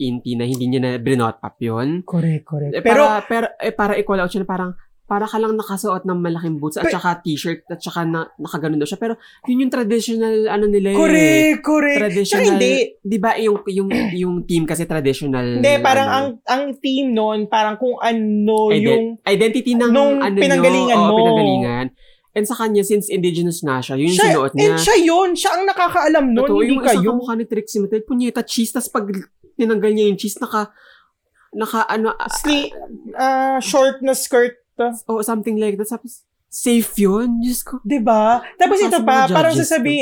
S3: Inti na hindi niya na brinot up yun.
S2: Correct, correct.
S3: Eh,
S2: Pero,
S3: para, pero, eh, para equal out siya na parang para ka lang nakasuot ng malaking boots at
S2: Pe-
S3: saka t-shirt at saka na, nakaganon daw siya. Pero yun yung traditional ano nila eh.
S2: correct, correct. Tsaka
S3: Traditional.
S2: hindi.
S3: Di ba yung, yung, yung team kasi traditional.
S2: Hindi, parang
S3: ano, Eh,
S2: ang ang team noon, parang kung ano
S3: Ide-
S2: yung,
S3: identity ng
S2: Nung
S3: ano
S2: pinanggalingan
S3: nyo, oo,
S2: mo.
S3: pinanggalingan. And sa kanya, since indigenous nga siya, yun yung
S2: siya,
S3: sinuot niya.
S2: and siya yun, siya ang nakakaalam noon,
S3: Totoo,
S2: hindi
S3: yung isang
S2: kayo.
S3: kamukha ni Trixie Mattel, punyeta cheese, tas pag tinanggal niya yung cheese, naka, naka ano, ah,
S2: Sli- ah, short na skirt.
S3: oh, something like that. Tapos, safe yun. Diyos ko.
S2: 'Di ba? Tapos
S3: Ang
S2: ito
S3: sasama
S2: pa,
S3: judges
S2: parang
S3: to.
S2: sasabi,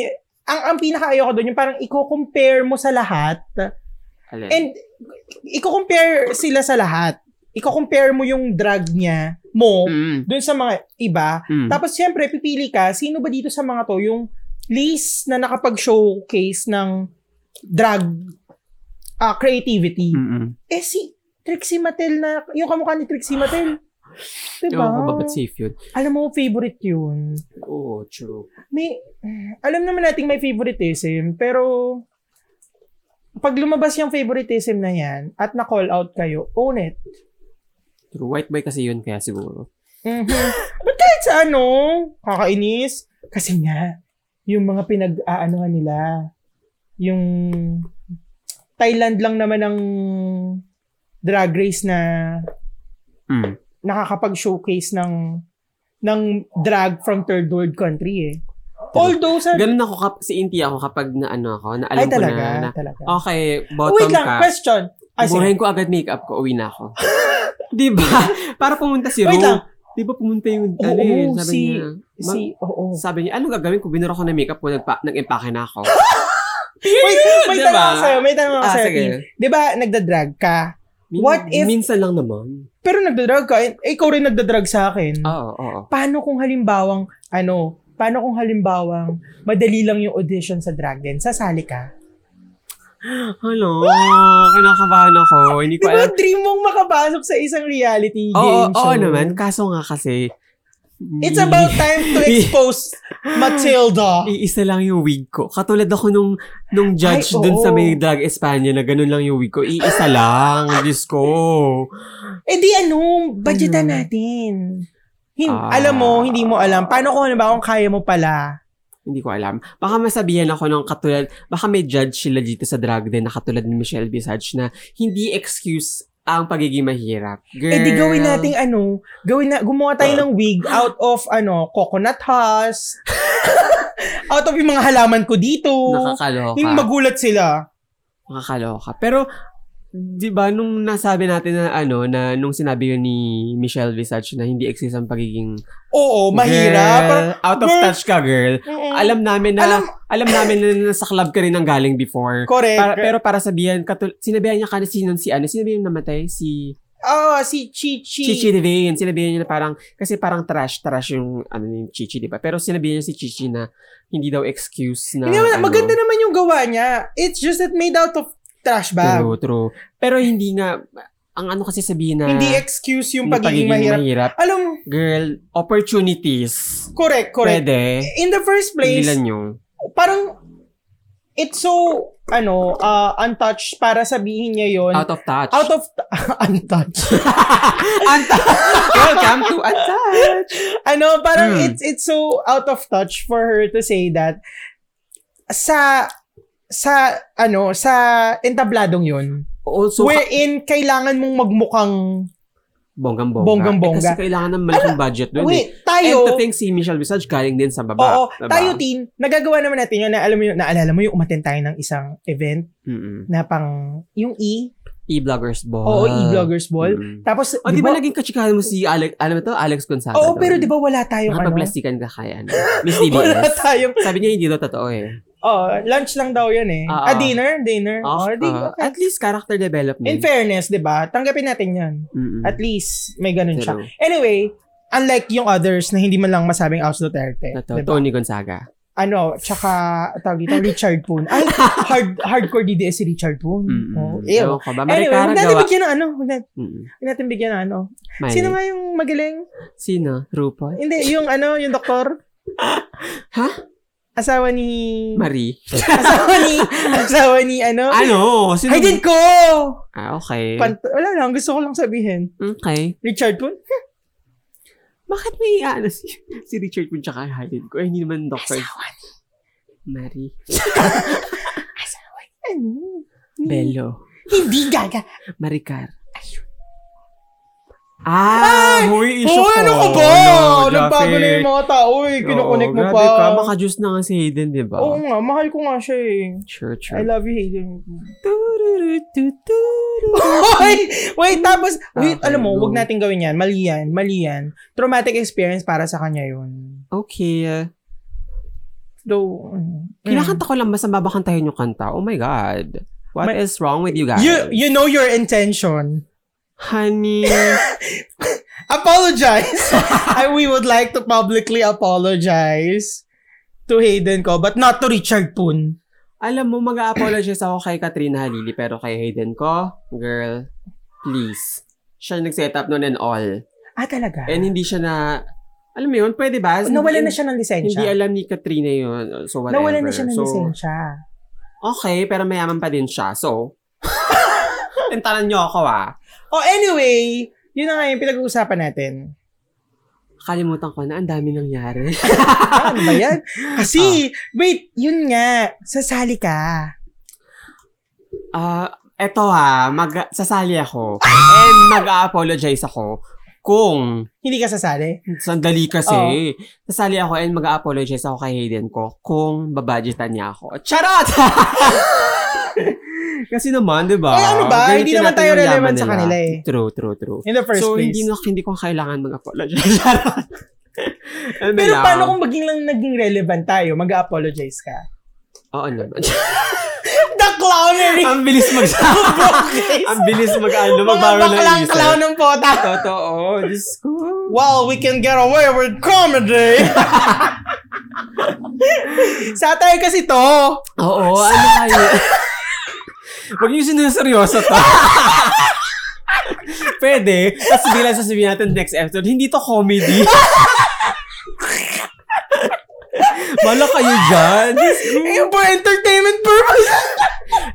S2: ang, ang pinaka-ayoko doon, yung parang i-compare mo sa lahat.
S3: Alin?
S2: And i-compare sila sa lahat. I-compare mo yung drag niya, mo,
S3: Mm,
S2: doon sa mga iba.
S3: mm.
S2: Tapos siyempre, pipili ka, sino ba dito sa mga to yung least na nakapag-showcase ng drag ah, creativity?
S3: Mm-mm.
S2: Eh si Trixie Mattel na, yung kamukha ni Trixie Mattel. Diba?
S3: Ewan ko ba, ba't safe yun?
S2: Alam mo, favorite yun.
S3: Oo, true.
S2: May, alam naman nating may favoritism, pero pag lumabas yung favoritism na yan at na-call out kayo, own it.
S3: True. White boy kasi yun, kaya siguro.
S2: *laughs* Mhm. But kahit sa ano, kakainis. Kasi nga, yung mga pinag-aanohan nila, yung Thailand lang naman ang drag race na
S3: Mm.
S2: nakakapag-showcase ng ng drag from third world country eh. Although sa...
S3: Ganun ako, kap- si Inti ako kapag na ano ako, na alam
S2: ay,
S3: ko na,
S2: talaga,
S3: na,
S2: talaga.
S3: okay, bottom
S2: Wait lang,
S3: ka.
S2: question. Ah, sige.
S3: Burahin ko agad makeup ko, uwi na
S2: *laughs*
S3: ako. di ba? Para pumunta si Ro.
S2: Wait lang.
S3: Di ba pumunta yung,
S2: Oo,
S3: ano yun, sabi
S2: si-
S3: niya. Mag-
S2: Si, oo.
S3: sabi niya, anong gagawin ko? Binura ko na makeup ko, nagpa- nag-impake na ako.
S2: *laughs* Wait, may
S3: Diba?
S2: tanong ako sa'yo, may tanong ako
S3: ah,
S2: sa'yo. Tin.
S3: sige.
S2: Di ba, nagda-drag ka?
S3: Min-
S2: What if-
S3: Minsan lang naman.
S2: Pero nagda-drag ka, eh, ikaw rin nagda-drag sa akin.
S3: Oo, oo. oo.
S2: paano kung halimbawang, ano, paano kung halimbawang madali lang yung audition sa drag din, sasali ka?
S3: Hello, kinakabahan ako. Hindi
S2: Di
S3: ko
S2: ba
S3: alam.
S2: dream mong makapasok sa isang reality
S3: Oo, oo,
S2: game show?
S3: oo naman. Kaso nga kasi,
S2: It's about
S3: *laughs*
S2: time to expose Matilda.
S3: Iisa lang yung wig ko. Katulad ako nung, nung judge
S2: Ay, oo.
S3: dun sa may drag Espanya na ganun lang yung wig ko. Iisa lang. *laughs* Diyos ko.
S2: Eh di ano, budgetan
S3: Ano?
S2: natin. Hin-
S3: Ah.
S2: alam mo, hindi mo alam. Paano kung halimbawang kaya mo pala?
S3: Hindi ko alam. Baka masabihan ako ng katulad, baka may judge sila dito sa drag din na katulad ni Michelle Visage na hindi excuse ang pagiging mahirap. Girl.
S2: Eh di gawin nating ano, gawin na, gumawa tayo
S3: Ah.
S2: ng wig out of ano, coconut husk. *laughs* out of yung mga halaman ko dito.
S3: Nakakaloka.
S2: Yung magulat sila.
S3: Nakakaloka. Pero, di ba, nung nasabi natin na ano, na nung sinabi yun ni Michelle Visage na hindi excuse ang pagiging
S2: Oo, mahirap.
S3: Girl,
S2: Parang,
S3: out of
S2: girl.
S3: touch ka, girl.
S2: mm-mm.
S3: Alam namin na, alam,
S2: Alam-
S3: namin na nasa club ka rin ang galing before.
S2: Correct.
S3: Para- pero para sabihan, katul- sinabihan niya kana si, si ano, sinabihan yung namatay, si
S2: Oo, Ah, si Chichi.
S3: Chichi Devane, sinabihan niya na parang, kasi parang trash, trash yung, ano yung Chichi, di ba? Pero sinabihan niya si Chichi na, hindi daw excuse na,
S2: Hindi naman,
S3: ano,
S2: maganda naman yung gawa niya. It's just that made out of trash bag.
S3: True, true. Pero hindi nga, ang ano kasi sabihin na,
S2: Hindi excuse yung
S3: hindi
S2: pagiging, mahirap. Alam mo,
S3: Girl, opportunities.
S2: correct, correct.
S3: Pwede.
S2: In the first place,
S3: Pigilan nyo.
S2: parang it's so, ano, ah, untouched para sabihin niya yon
S3: Out of touch. *laughs*
S2: Out of *laughs* untouched.
S3: Anta- Welcome to Untouch.
S2: ano, parang
S3: Hmm.
S2: it's it's so out of touch for her to say that sa sa ano, sa entabladong 'yon.
S3: Also,
S2: wherein kailangan mong magmukhang
S3: bonggam-bongga.
S2: Bonggam-bongga.
S3: Eh, kasi kailangan ng malaking budget doon eh.
S2: wait,
S3: And
S2: tayo
S3: to think si Michelle Visage galing din sa
S2: Oo,
S3: baba. diba?
S2: tayo tin, nagagawa naman natin yun na alam mo yun, naalala mo yung umaten tayo ng isang event
S3: Mm-mm.
S2: na pang yung E,
S3: E-bloggers ball.
S2: oo, E-bloggers ball.
S3: Mm-mm.
S2: Tapos
S3: O, Ah. di ba naging kachikahan mo si Alex, alam mo to, Alex Gonzaga.
S2: Oo,
S3: daw.
S2: pero di ba wala tayong ano?
S3: Nakapagplastikan ka kaya. ano, Miss
S2: Wala
S3: DBS.
S2: tayong
S3: Sabi niya hindi daw totoo
S2: *laughs*
S3: eh.
S2: oh, lunch lang daw yun eh.
S3: Oo.
S2: ah, dinner, dinner.
S3: Ah,
S2: Or Oh, di-
S3: ah, at least character development.
S2: In fairness, 'di ba? Tanggapin natin 'yan.
S3: Mm-mm.
S2: At least may ganun siya.
S3: True.
S2: Anyway, unlike yung others na hindi man lang masabing Aus Duterte.
S3: Ito,
S2: diba?
S3: Tony Gonzaga.
S2: ano, tsaka, tawag dito, Richard Poon.
S3: *laughs*
S2: Ay, hard, hardcore DDS si Richard Poon.
S3: Mm-mm.
S2: Oh, ew.
S3: Ewan ko ba?
S2: Anyway,
S3: Marikara
S2: huwag natin
S3: gawa.
S2: bigyan ng ano. Huwag nat-
S3: Mm-mm.
S2: huwag natin bigyan ng ano.
S3: May-
S2: Sino nga yung magaling?
S3: Sino? RuPaul?
S2: Hindi, yung ano, yung doktor.
S3: Ha?
S2: Asawa ni...
S3: Marie?
S2: *laughs* asawa
S3: *laughs*
S2: ni... Asawa ni ano?
S3: ano? Sino?
S2: Ay, din ko!
S3: Ah, okay.
S2: Pant- wala lang, gusto ko lang sabihin.
S3: okay.
S2: Richard Poon?
S3: Bakit may ano si, *laughs* si Richard Poon tsaka Hayden ko? Eh, hindi naman doctor. Marie.
S2: Ano?
S3: Bello.
S2: Hindi gaga.
S3: Maricar. Ah! Huy, issue
S2: Oh, ano ka
S3: ko.
S2: ba?
S3: No,
S2: nagbago na yung mga tao eh. Kinukonnect mo pa.
S3: Oh, ka. Baka Diyos na nga si Hayden, di ba?
S2: Oo nga, mahal ko nga siya eh. I
S3: Sure, sure.
S2: love you, Hayden.
S3: Tururututuru.
S2: *laughs* Hoy! Wait, tapos, wait,
S3: Okay,
S2: alam mo, wag
S3: go.
S2: natin gawin yan. Mali yan, mali yan. Traumatic experience para sa kanya yun.
S3: Okay. ah.
S2: Though, mm,
S3: Kinakanta ko lang, masama ba kantahin yung kanta? Oh my God. What
S2: Ma-
S3: is wrong with you
S2: mm.
S3: guys?
S2: you, you know your intention.
S3: Honey.
S2: Apologize! *laughs* I, we would like to publicly apologize to Hayden ko, but not to Richard Poon.
S3: alam mo, mag-apologize ako kay Katrina Halili, pero kay Hayden ko, girl, please. Siya yung nag-set up nun and all.
S2: Ah, talaga?
S3: And hindi siya na, alam mo yun, pwede ba?
S2: Oh, Nawala na siya ng
S3: Hindi
S2: lisensya.
S3: alam ni Katrina yun. So, whatever.
S2: Nawala na siya ng
S3: so,
S2: lisensya.
S3: Okay, pero mayaman pa din siya.
S2: *laughs*
S3: So, tentanan niyo ako ah.
S2: Oh, anyway, yun na nga yung pinag-uusapan natin.
S3: Kalimutan ko na, ang dami nangyari. *laughs*
S2: Ah, ano ba yan?
S3: Oh.
S2: Kasi, wait, yun nga, sasali ka.
S3: Ah, eto ha, mag sasali ako.
S2: Ah!
S3: And mag-apologize ako kung
S2: Hindi ka sasali?
S3: sandali kasi. Sasali ako and mag-apologize ako kay Hayden ko kung babudgetan niya ako. Charot! *laughs* kasi naman, di ba?
S2: Eh, ano ba? Hindi
S3: Gamitin
S2: naman
S3: natin
S2: tayo
S3: yung yaman
S2: relevant sa
S3: nila.
S2: kanila eh.
S3: True, true, true.
S2: In the first
S3: so,
S2: place.
S3: hindi, na, hindi ko kailangan mag-apologize. *laughs* Charot. Ano
S2: Pero
S3: lang.
S2: paano kung maging lang naging relevant tayo, mag-apologize ka?
S3: Oo ano naman.
S2: The clownery!
S3: Ang bilis mag...
S2: *laughs*
S3: Ang bilis mag... Ano,
S2: Mga
S3: mag-viral
S2: baklang
S3: ng isa.
S2: clown ng pota.
S3: Totoo. Diyos ko.
S2: Well, we can get away with comedy!
S3: *laughs*
S2: Satire kasi to!
S3: Oo, *laughs* ano kayo? Huwag yung sinaseryoso to. *laughs* Pwede. Tapos bilang sasabihin natin next episode, hindi to comedy. *laughs* Bala kayo dyan. Diyos ko.
S2: Eh, for entertainment purpose!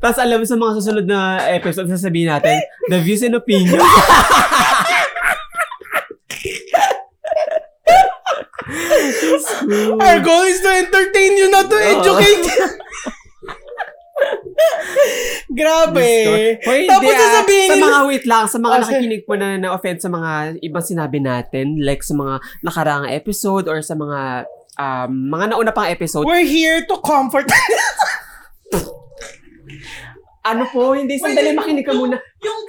S3: Tapos alam mo, sa mga susunod na episode, sasabihin natin, the views and *laughs* opinions.
S2: Our goal is to entertain you, not to
S3: Oo.
S2: educate you.
S3: *laughs*
S2: Grabe.
S3: Hoy,
S2: Tapos
S3: hindi, ah.
S2: sasabihin
S3: Sa
S2: nila-
S3: mga wait lang, sa mga
S2: Oh,
S3: nakikinig po na na-offend sa mga ibang sinabi natin, like sa mga nakaraang episode or sa mga um, mga nauna pang episode,
S2: We're here to comfort. *laughs*
S3: ano po, hindi, sandali makinig ka muna.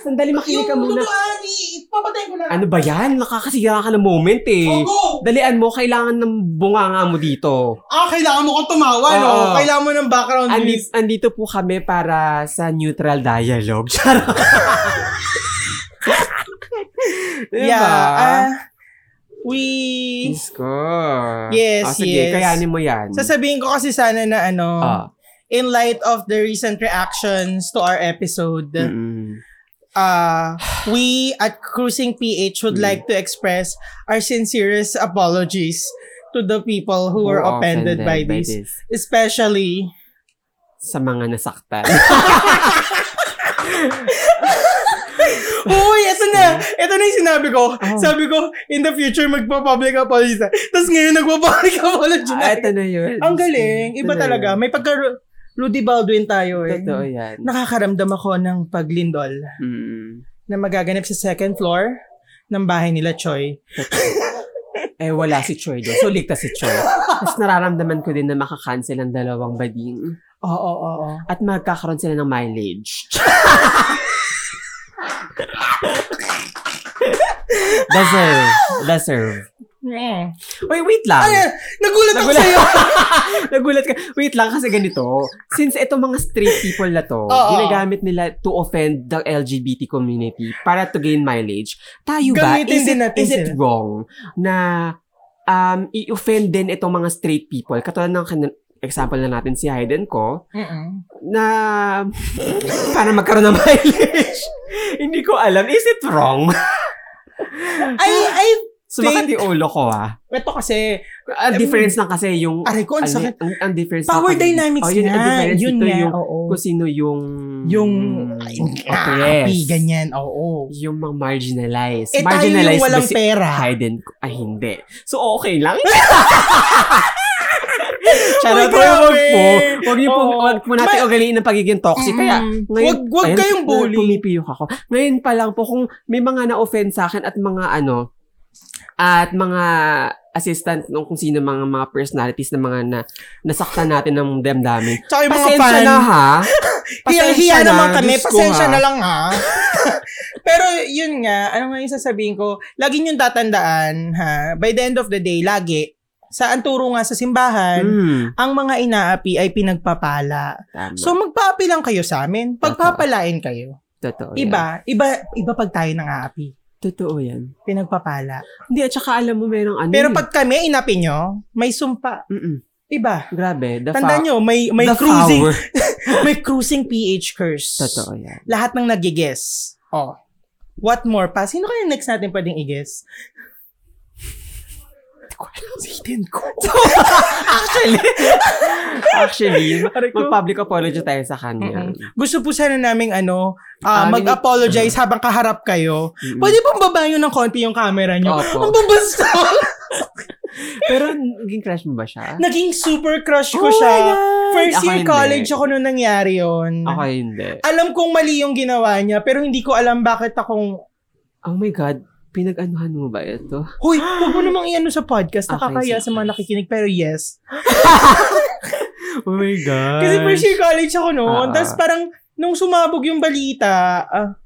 S3: Sandali makinig ka muna.
S2: ani, papatayin ko na.
S3: Ano ba yan? Nakakasira ka ng moment eh.
S2: Oh, go!
S3: Dalian mo, kailangan ng bunganga mo dito.
S2: Ah, kailangan mo kang tumawa, no?
S3: Oo.
S2: Kailangan mo ng background
S3: Andi,
S2: music.
S3: andito po kami para sa neutral dialogue. *laughs*
S2: *laughs*
S3: Charot. Diba?
S2: Yeah. ah, we...
S3: Diyos ko.
S2: Yes,
S3: Ah, sige,
S2: yes.
S3: kayanin mo yan.
S2: Sasabihin ko kasi sana na ano,
S3: Ah,
S2: in light of the recent reactions to our episode,
S3: mm-mm.
S2: uh, we at Cruising PH would
S3: Mm.
S2: like to express our sincerest apologies to the people who were offended, by, this, especially *laughs*
S3: Sa mga nasaktan.
S2: Uy, ito na! Ito na yung sinabi ko.
S3: Oh.
S2: Sabi ko, in the future, magpa-public apology na. Tapos ngayon, nagpa-public *laughs* apology na.
S3: ah, ito na yun.
S2: Ang galing. Iba
S3: Ito na
S2: talaga.
S3: yun.
S2: May pagka Rudy Baldwin tayo eh.
S3: Totoo yan.
S2: Nakakaramdam ako ng paglindol
S3: Mm-mm.
S2: na magaganap sa second floor ng bahay nila Choi.
S3: Eh, wala si Choi doon. So, ligtas si
S2: *laughs*
S3: Choi. Tapos nararamdaman ko din na makakancel ang dalawang bading.
S2: Oo, oo, oo.
S3: At magkakaroon sila ng
S2: *laughs*
S3: mileage. deserve. Deserve.
S2: Mm.
S3: Uy, wait lang.
S2: Ay, nagulat ako
S3: Nagulat.
S2: sa'yo!
S3: *laughs* Nagulat ka. Wait lang, kasi ganito. Since itong mga straight people na to,
S2: Oo.
S3: ginagamit nila to offend the LGBT community para to gain mileage. Tayo ba,
S2: Gamitin
S3: is,
S2: din
S3: it,
S2: natin
S3: is it
S2: sila.
S3: wrong na um, i-offend din itong mga straight people? Katulad ng kan- example na natin si Hayden ko,
S2: Mm-mm.
S3: na *laughs* para magkaroon ng mileage. *laughs* Hindi ko alam. Is it
S2: *laughs*
S3: wrong?
S2: Ay, ay,
S3: Sumakat yung ulo ko ah.
S2: ito kasi,
S3: Ang difference lang kasi yung...
S2: aray ko, ang
S3: ano,
S2: sakit.
S3: ang, ang difference
S2: Power
S3: lang kasi-
S2: dynamics
S3: Oh,
S2: yun,
S3: yun, ang
S2: nga.
S3: difference
S2: Yun
S3: dito
S2: nga,
S3: yung
S2: oo.
S3: kung sino yung
S2: Yung, ay,
S3: oppressed.
S2: happy, ganyan, oo.
S3: Yung mga marginalized.
S2: Eh, tayo yung
S3: marginalized ba
S2: walang
S3: si
S2: pera. Oh
S3: Hayden? Ay, hindi. So, okay
S2: *laughs*
S3: lang.
S2: Ay,
S3: Charot,
S2: grabe.
S3: wag po. Wag niyo po,
S2: Oo.
S3: wag po natin
S2: Ma-
S3: ugaliin ng pagiging toxic.
S2: Mm.
S3: Kaya,
S2: Wag- wag
S3: ayun,
S2: kayong bully.
S3: Pumipiyok ako. Ngayon pa lang po, kung may mga na-offend sa akin at mga ano, at mga assistant nung kung sino mga mga personalities ng mga na nasaktan natin ng damdamin.
S2: Tsaka yung mga
S3: Pasensya
S2: fan.
S3: na ha.
S2: Hiya-hiya naman kami.
S3: Diyos ko,
S2: Pasensya
S3: ha.
S2: na lang ha. *laughs* Pero yun nga, ano nga yung sasabihin ko, lagi niyong tatandaan ha, by the end of the day, lagi, sa anturo nga sa simbahan,
S3: Mm,
S2: ang mga inaapi ay pinagpapala.
S3: tama.
S2: So magpaapi lang kayo sa amin. Pagpapalain kayo.
S3: Totoo yan.
S2: Iba, iba, iba pag tayo ng aapi.
S3: Totoo yan.
S2: Pinagpapala.
S3: Hindi, at saka alam mo, merong ano.
S2: Pero
S3: eh.
S2: pag kami inapi nyo, may sumpa.
S3: Mm-mm.
S2: Iba.
S3: Grabe. The
S2: Tandaan
S3: fa-
S2: nyo, may, may
S3: the
S2: cruising,
S3: power.
S2: may cruising PH curse.
S3: Totoo yan.
S2: lahat ng nagigess. Oh. What more pa? Sino kaya next natin pwedeng i-guess? Si
S3: *laughs*
S2: ko. Actually.
S3: Actually,
S2: Aray ko.
S3: mag-public apology tayo sa kanya.
S2: Mm-mm. Gusto po sana naming ano, ah,
S3: Ah, Mm.
S2: mag-apologize habang kaharap kayo.
S3: Mm-mm.
S2: Pwede pong baba nyo ng konti yung camera *laughs* nyo.
S3: Opo.
S2: Ang babasta!
S3: Pero naging crush mo ba siya?
S2: Naging super crush ko
S3: Oh my
S2: siya.
S3: God!
S2: First
S3: Ako
S2: year
S3: hindi.
S2: college ako nung nangyari yon.
S3: Ako hindi.
S2: Alam kong mali yung ginawa niya, pero hindi ko alam bakit akong,
S3: Oh my God. Pinag-anuhan mo ba ito?
S2: huy, huwag mo namang iano sa podcast, nakakaya
S3: Okay,
S2: sa mga
S3: sige.
S2: nakikinig, pero yes.
S3: Oh my God.
S2: Kasi first year college ako noon.
S3: Ah.
S2: Tapos parang, nung sumabog yung balita, ah,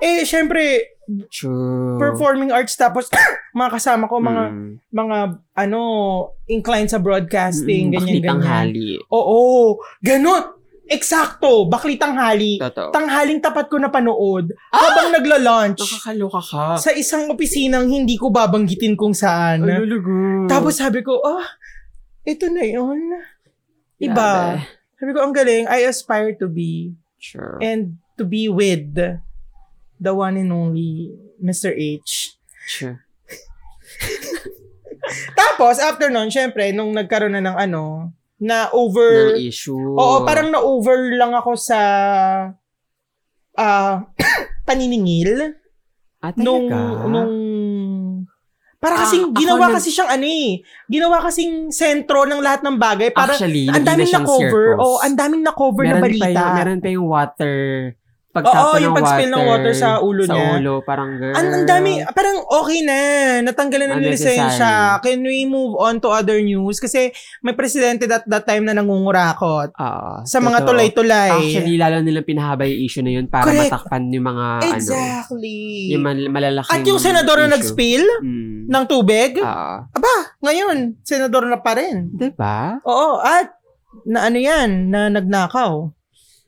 S2: eh, syempre,
S3: True.
S2: performing arts tapos *coughs* mga kasama ko, mga,
S3: Oh. Mm.
S2: mga, ano, inclined sa broadcasting,
S3: Mm,
S2: ganyan,
S3: bakit
S2: ganyan.
S3: tanghali?
S2: Oo, ganun. Eksakto, bakli tanghali.
S3: Totoo. Ah!
S2: Tanghaling tapat ko napanood habang nagla-lunch
S3: Nakakaloka ka.
S2: sa isang opisinang hindi ko babanggitin kung saan.
S3: Ay, lulugo.
S2: Tapos sabi ko, ah, ito na yun. Iba.
S3: Grabe.
S2: Sabi ko, ang galing. I aspire to be
S3: Sure.
S2: and to be with the one and only Mr. H.
S3: Sure.
S2: Tapos, after nun, syempre, nung nagkaroon na ng ano, na over,
S3: Ng issue.
S2: oo, parang na over lang ako sa, ah, *coughs* paniningil.
S3: ah, talaga?
S2: Nung, nung, para
S3: Ah,
S2: kasing,
S3: ako
S2: ginawa
S3: nag-
S2: kasi siyang ano eh, ginawa kasing sentro ng lahat ng bagay. Para,
S3: Actually,
S2: ang
S3: hindi
S2: daming
S3: na,
S2: na cover. Oh, ang daming na cover na
S3: Pa
S2: balita.
S3: yung, meron pa yung water.
S2: Oo,
S3: Pagtapo
S2: yung
S3: ng
S2: pag-spill ng water sa ulo
S3: sa
S2: niya.
S3: ulo, parang girl.
S2: Ang, ang dami, parang okay na, natanggalan na ng
S3: Unnecessary.
S2: lisensya. Can we move on to other news? Kasi may presidente that, that time na nangungurakot
S3: Oo,
S2: sa mga
S3: totoo.
S2: tulay-tulay.
S3: Actually, lalo nilang pinahaba yung issue na yun para
S2: Correct.
S3: matakpan yung mga, ano,
S2: exactly.
S3: yung mal- malalaking
S2: At yung senador na
S3: issue.
S2: nag-spill
S3: Mm.
S2: ng tubig,
S3: Oo.
S2: ngayon, senador na pa rin.
S3: diba?
S2: Oo, at na ano yan, na nagnakaw.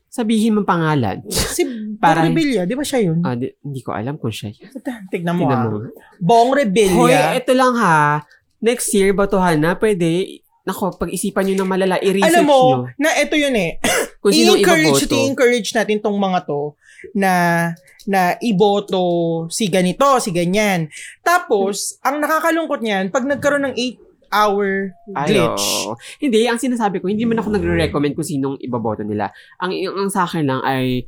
S3: Sabihin mo pangalan.
S2: Si Bong
S3: Parang-
S2: Revilla, di ba siya yun?
S3: Ah, di- hindi ko alam kung siya. yun.
S2: Tignan mo, ah.
S3: Tingnan mo.
S2: Bong
S3: Hoy,
S2: Revilla.
S3: ito lang ha. Next year, batuhan na. Pwede. Nako, pag-isipan nyo ng malala. I-research
S2: Alam mo,
S3: nyo.
S2: na ito yun eh.
S3: Kung sino
S2: i-encourage,
S3: iboboto.
S2: i-encourage natin tong mga to na na iboto si ganito, si ganyan. Tapos,
S3: Hmm.
S2: ang nakakalungkot niyan, pag nagkaroon ng 8-hour glitch.
S3: Ayo. Hindi, ang sinasabi ko, hindi man ako nagre-recommend kung sinong ibaboto nila. Ang, ang, ang sa akin lang ay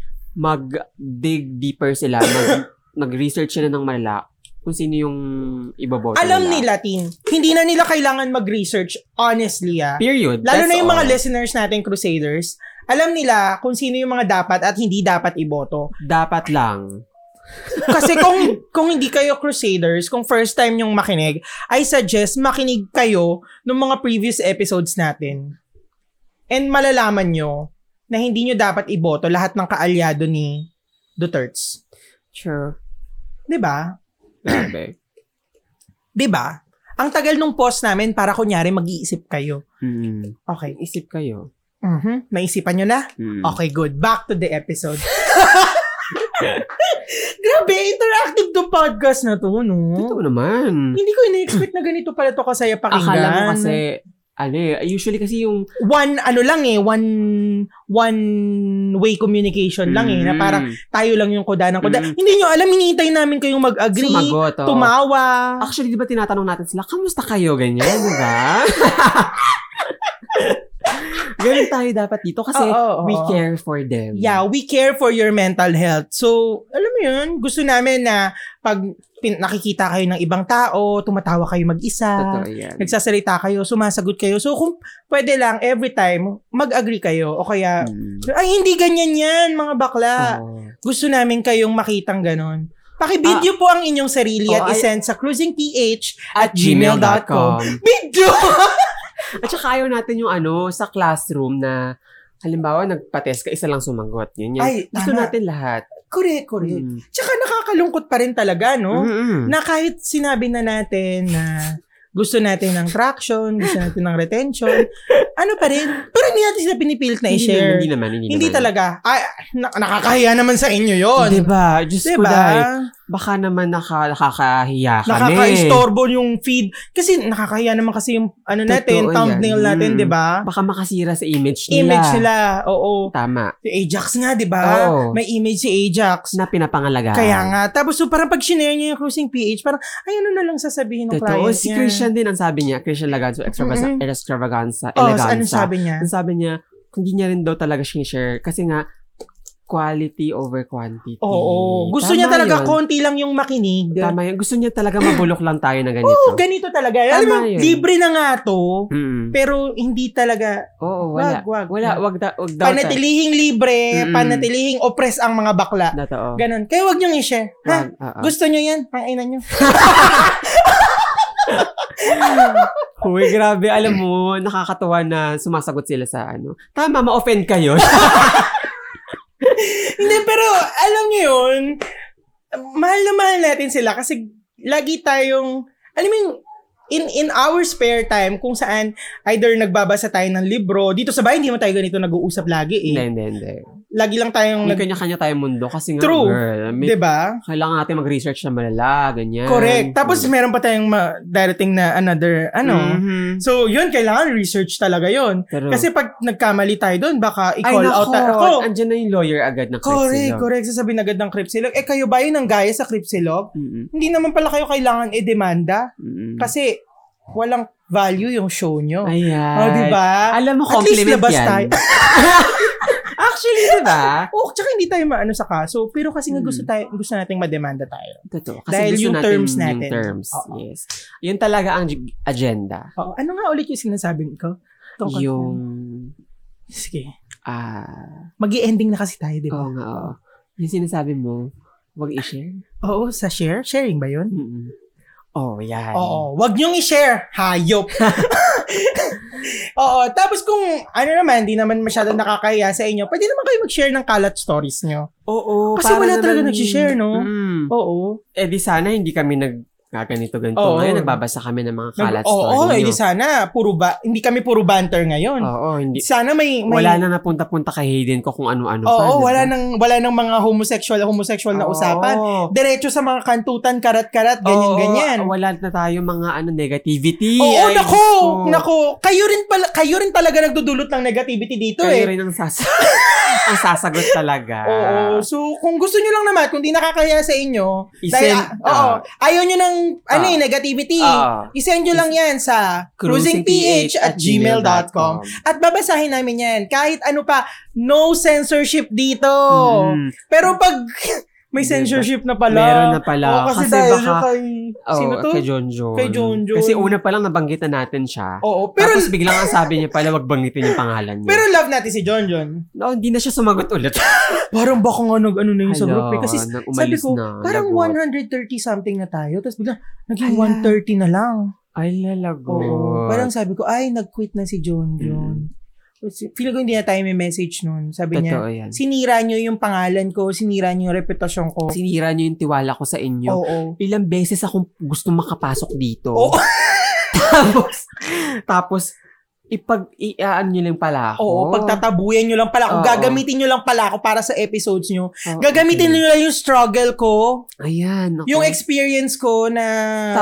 S3: mag-dig deeper sila,
S2: *laughs*
S3: mag, mag-research sila ng malala kung sino yung ibaboto
S2: Alam
S3: nila.
S2: nila, Tin, hindi na nila kailangan mag-research, honestly, ah.
S3: Period.
S2: Lalo
S3: That's
S2: na yung mga
S3: all.
S2: listeners natin, Crusaders, alam nila kung sino yung mga dapat at hindi dapat iboto.
S3: Dapat lang.
S2: Kasi kung kung hindi kayo Crusaders, kung first time yung makinig, I suggest makinig kayo ng mga previous episodes natin. And malalaman nyo na hindi nyo dapat iboto lahat ng kaalyado ni Duterte.
S3: Sure.
S2: 'Di ba? *clears throat*
S3: Grabe.
S2: 'Di ba? Diba? Ang tagal nung post namin para kunyari mag-iisip kayo.
S3: Mm.
S2: Okay.
S3: Isip kayo.
S2: Mhm. Naisipan nyo na?
S3: Mm.
S2: Okay, good. Back to the episode. *laughs* Grabe, interactive to podcast na to, no?
S3: Totoo naman.
S2: *laughs* Hindi ko ina-expect na ganito pala to kasaya pakinggan.
S3: Akala mo kasi, ano eh, usually kasi yung...
S2: one ano lang eh, one one way communication lang eh, na
S3: Mm.
S2: parang tayo lang yung kuda ng kuda.
S3: Mm.
S2: Hindi nyo alam, hinihintay namin kayong mag-agree,
S3: Sumagot, oh. oo.
S2: tumawa.
S3: Actually, di ba tinatanong natin sila, kamusta kayo? Ganyan, di
S2: *laughs*
S3: ba? Ganun tayo dapat dito kasi
S2: Oo, oo, oo.
S3: we care for them.
S2: Yeah, we care for your mental health. So, alam mo yun, gusto namin na pag pin- nakikita kayo ng ibang tao, tumatawa kayo mag-isa.
S3: Totoo yan.
S2: nagsasalita kayo, sumasagot kayo. So, kung pwede lang, every time, mag-agree kayo. O kaya,
S3: Mm.
S2: ay, hindi ganyan yan, mga bakla.
S3: Oo.
S2: Gusto namin kayong makitang ganon. Paki-video po ang inyong sarili
S3: Ah. Oh,
S2: at
S3: ay-
S2: isend sa cruisingph at gmail.com.
S3: gmail.com.
S2: Video!
S3: *laughs* At saka ayaw natin yung ano, sa classroom na, halimbawa, nagpa-test ka, isa lang sumagot. Yun yun.
S2: Ay,
S3: Gusto
S2: tama.
S3: natin lahat.
S2: Correct, correct. Hmm.
S3: Mm.
S2: Tsaka nakakalungkot pa rin talaga, no?
S3: Mm-mm.
S2: Na kahit sinabi na natin na gusto natin ng traction, gusto natin ng
S3: *laughs*
S2: retention, ano pa rin? Pero hindi natin sila pinipilit na
S3: Hindi naman,
S2: i-share.
S3: Hindi naman, hindi,
S2: Hindi
S3: naman.
S2: talaga. Ay, na- nakakahiya naman sa inyo yon.
S3: Diba? Diyos ko,
S2: Diba?
S3: dahil, baka naman naka, nakakahiya kami.
S2: Nakaka-istorbo yung feed. Kasi nakakahiya naman kasi yung ano natin,
S3: Totoo yan.
S2: thumbnail natin,
S3: Mm.
S2: di ba?
S3: Baka makasira sa image nila.
S2: Image nila. Oo.
S3: Tama.
S2: Si Ajax nga, di ba?
S3: Oo.
S2: May image si Ajax.
S3: Na pinapangalagaan.
S2: Kaya nga. Tapos so, parang pag shinare niya yung Cruising PH, parang, ay, ano na lang sasabihin ng
S3: Totoo.
S2: client
S3: Si
S2: niya.
S3: Christian din ang sabi niya. Christian Laganzo, extravaganza,
S2: Mm-mm.
S3: extravaganza,
S2: Oh,
S3: eleganza.
S2: ano sabi niya?
S3: Ang sabi niya, hindi niya rin daw talaga siya share. Kasi nga, quality over quantity.
S2: Oo. Gusto
S3: Tama
S2: niya talaga
S3: yun.
S2: konti lang yung makinig.
S3: Tama yun. Gusto niya talaga mabulok lang tayo na ganito.
S2: Oo, ganito talaga. Alam mo,
S3: Tama yun.
S2: libre na nga to,
S3: Mm-mm.
S2: pero hindi talaga,
S3: Oo, wala.
S2: wag, wag.
S3: Wala, wag, da, wag daw.
S2: Panatilihing libre,
S3: Mm-mm.
S2: panatilihing oppress ang mga bakla.
S3: tayo. Totoo.
S2: Ganon. Kaya wag niyong i-share. Ha?
S3: oh. Wag, oo.
S2: Gusto niyo yan? Ang ina niyo.
S3: Uy, grabe. Alam mo, nakakatuwa na sumasagot sila sa ano. Tama, ma-offend
S2: *laughs*
S3: kayo.
S2: *laughs* Hindi, pero alam niyo yun, mahal na mahal natin sila kasi lagi tayong, alam mo yung, in, in our spare time, kung saan either nagbabasa tayo ng libro, dito sa bahay, hindi mo tayo ganito nag-uusap lagi eh.
S3: Hindi, hindi, hindi.
S2: Lagi lang tayong
S3: May
S2: nag...
S3: kanya-kanya tayong mundo kasi nga,
S2: True.
S3: girl, may, Mm.
S2: Diba?
S3: kailangan natin mag-research na malala, ganyan.
S2: Correct. Tapos meron pa tayong ma- darating na another, ano.
S3: Mhm.
S2: So, yun, kailangan research talaga yun.
S3: Pero,
S2: Kasi pag nagkamali tayo doon, baka
S3: ay,
S2: i-call out
S3: nako,
S2: ta- ako.
S3: andyan na yung lawyer agad na
S2: Correct,
S3: Correct,
S2: correct. Sasabihin agad ng Cripsilog. Eh, kayo ba yun ang gaya sa Cripsilog? Hindi naman pala kayo kailangan i-demanda
S3: Hmm.
S2: kasi walang value yung show nyo.
S3: Ayan.
S2: O, di ba?
S3: Alam mo,
S2: oh, diba? At least
S3: compliment
S2: labas
S3: yan.
S2: tayo.
S3: *laughs* Actually, diba? di ba?
S2: Oo, Oh, tsaka hindi tayo maano sa kaso. Pero kasi nga
S3: Hmm.
S2: gusto, tayo, gusto nating mademanda tayo.
S3: Totoo.
S2: Dahil
S3: gusto
S2: yung
S3: natin
S2: terms natin.
S3: Yung terms,
S2: Oo.
S3: yes. Yun talaga ang j- agenda.
S2: Oo. Ano nga ulit yung sinasabi ko? Tungkol-
S3: yung,
S2: Sige.
S3: ah,
S2: mag ending na kasi tayo, di ba?
S3: oo nga, oo. Yung sinasabi mo, wag i-share.
S2: Oo, sa share. Sharing ba yun?
S3: Mm-mm. Oh, yan.
S2: Oo. Wag niyong i-share.
S3: *laughs*
S2: Hayop. Oo. Tapos kung ano naman, di naman masyado nakakahiya sa inyo, pwede naman kayo mag-share ng kalat stories niyo.
S3: Oo,
S2: Kasi
S3: para
S2: wala talaga
S3: naman-
S2: nagsishare, no?
S3: Mm.
S2: Oo.
S3: Eh di sana hindi kami nag gaganito ganito
S2: Oo.
S3: ngayon nagbabasa kami ng mga kalat
S2: Oo,
S3: story.
S2: eh di
S3: nyo.
S2: sana, puro ba, hindi kami puro banter ngayon.
S3: Oo, hindi.
S2: Sana may, may
S3: Wala na napunta-punta kay Hayden ko kung
S2: Oo,
S3: ano-ano pa. diba?
S2: wala nang wala nang mga homosexual homosexual na
S3: Oo.
S2: usapan. Diretso sa mga kantutan, karat-karat,
S3: Oo,
S2: ganyan-ganyan.
S3: Wala na tayo mga ano negativity.
S2: Oo,
S3: Ay,
S2: nako,
S3: Diyos ko.
S2: nako. Kayo rin pala, kayo rin talaga nagdudulot ng negativity dito
S3: Kayo
S2: eh.
S3: rin ang, sas- *laughs* ang sasagot talaga.
S2: Oo. So, kung gusto nyo lang naman, kung di nakakaya sa inyo, dahil,
S3: Isend-
S2: ah, oo,
S3: ah.
S2: ayaw nyo ng, ano
S3: Ah.
S2: eh, negativity,
S3: Ah.
S2: isend nyo lang yan sa cruisingph at gmail.com at babasahin namin yan. Kahit ano pa, no censorship dito.
S3: Mm.
S2: Pero pag *laughs* may
S3: Diba?
S2: censorship na pala,
S3: Meron na pala.
S2: oo, kasi,
S3: Kasi
S2: dahil
S3: baka-
S2: kay,
S3: Oo,
S2: sino to?
S3: Kay John John.
S2: Kay John John.
S3: Kasi una pa lang nabanggit na natin siya.
S2: oo, pero,
S3: Tapos biglang ang sabi niya pala, wag bangitin yung pangalan niya.
S2: pero love natin si John John.
S3: No, hindi na siya sumagot ulit. *laughs*
S2: Parang baka nga nag, ano na yun sa
S3: Hala,
S2: group eh. Kasi
S3: nang
S2: sabi
S3: umalis
S2: ko,
S3: na,
S2: parang
S3: lagot.
S2: 130 something na tayo. Tapos bigla, naging
S3: Hala.
S2: 130 na lang.
S3: Ay, lalagot.
S2: Oo. Parang sabi ko, ay, nag-quit na si
S3: Mm.
S2: John John. Feeling ko hindi na tayo may message nun. Sabi niya,
S3: Totoo yan.
S2: sinira niyo yung pangalan ko, sinira niyo yung reputasyon ko.
S3: Sinira niyo yung tiwala ko sa inyo.
S2: Oo.
S3: Ilang beses akong gusto makapasok dito.
S2: Oo. *laughs*
S3: *laughs* tapos, tapos, ipag, iaan niyo lang pala ako.
S2: Oo, pagtatabuyan niyo lang pala ako.
S3: Oo.
S2: Gagamitin niyo lang pala ako para sa episodes niyo.
S3: Oo, Mm.
S2: Gagamitin
S3: Oh, okay.
S2: niyo lang yung struggle ko,
S3: Ayan. Ako.
S2: yung experience ko na...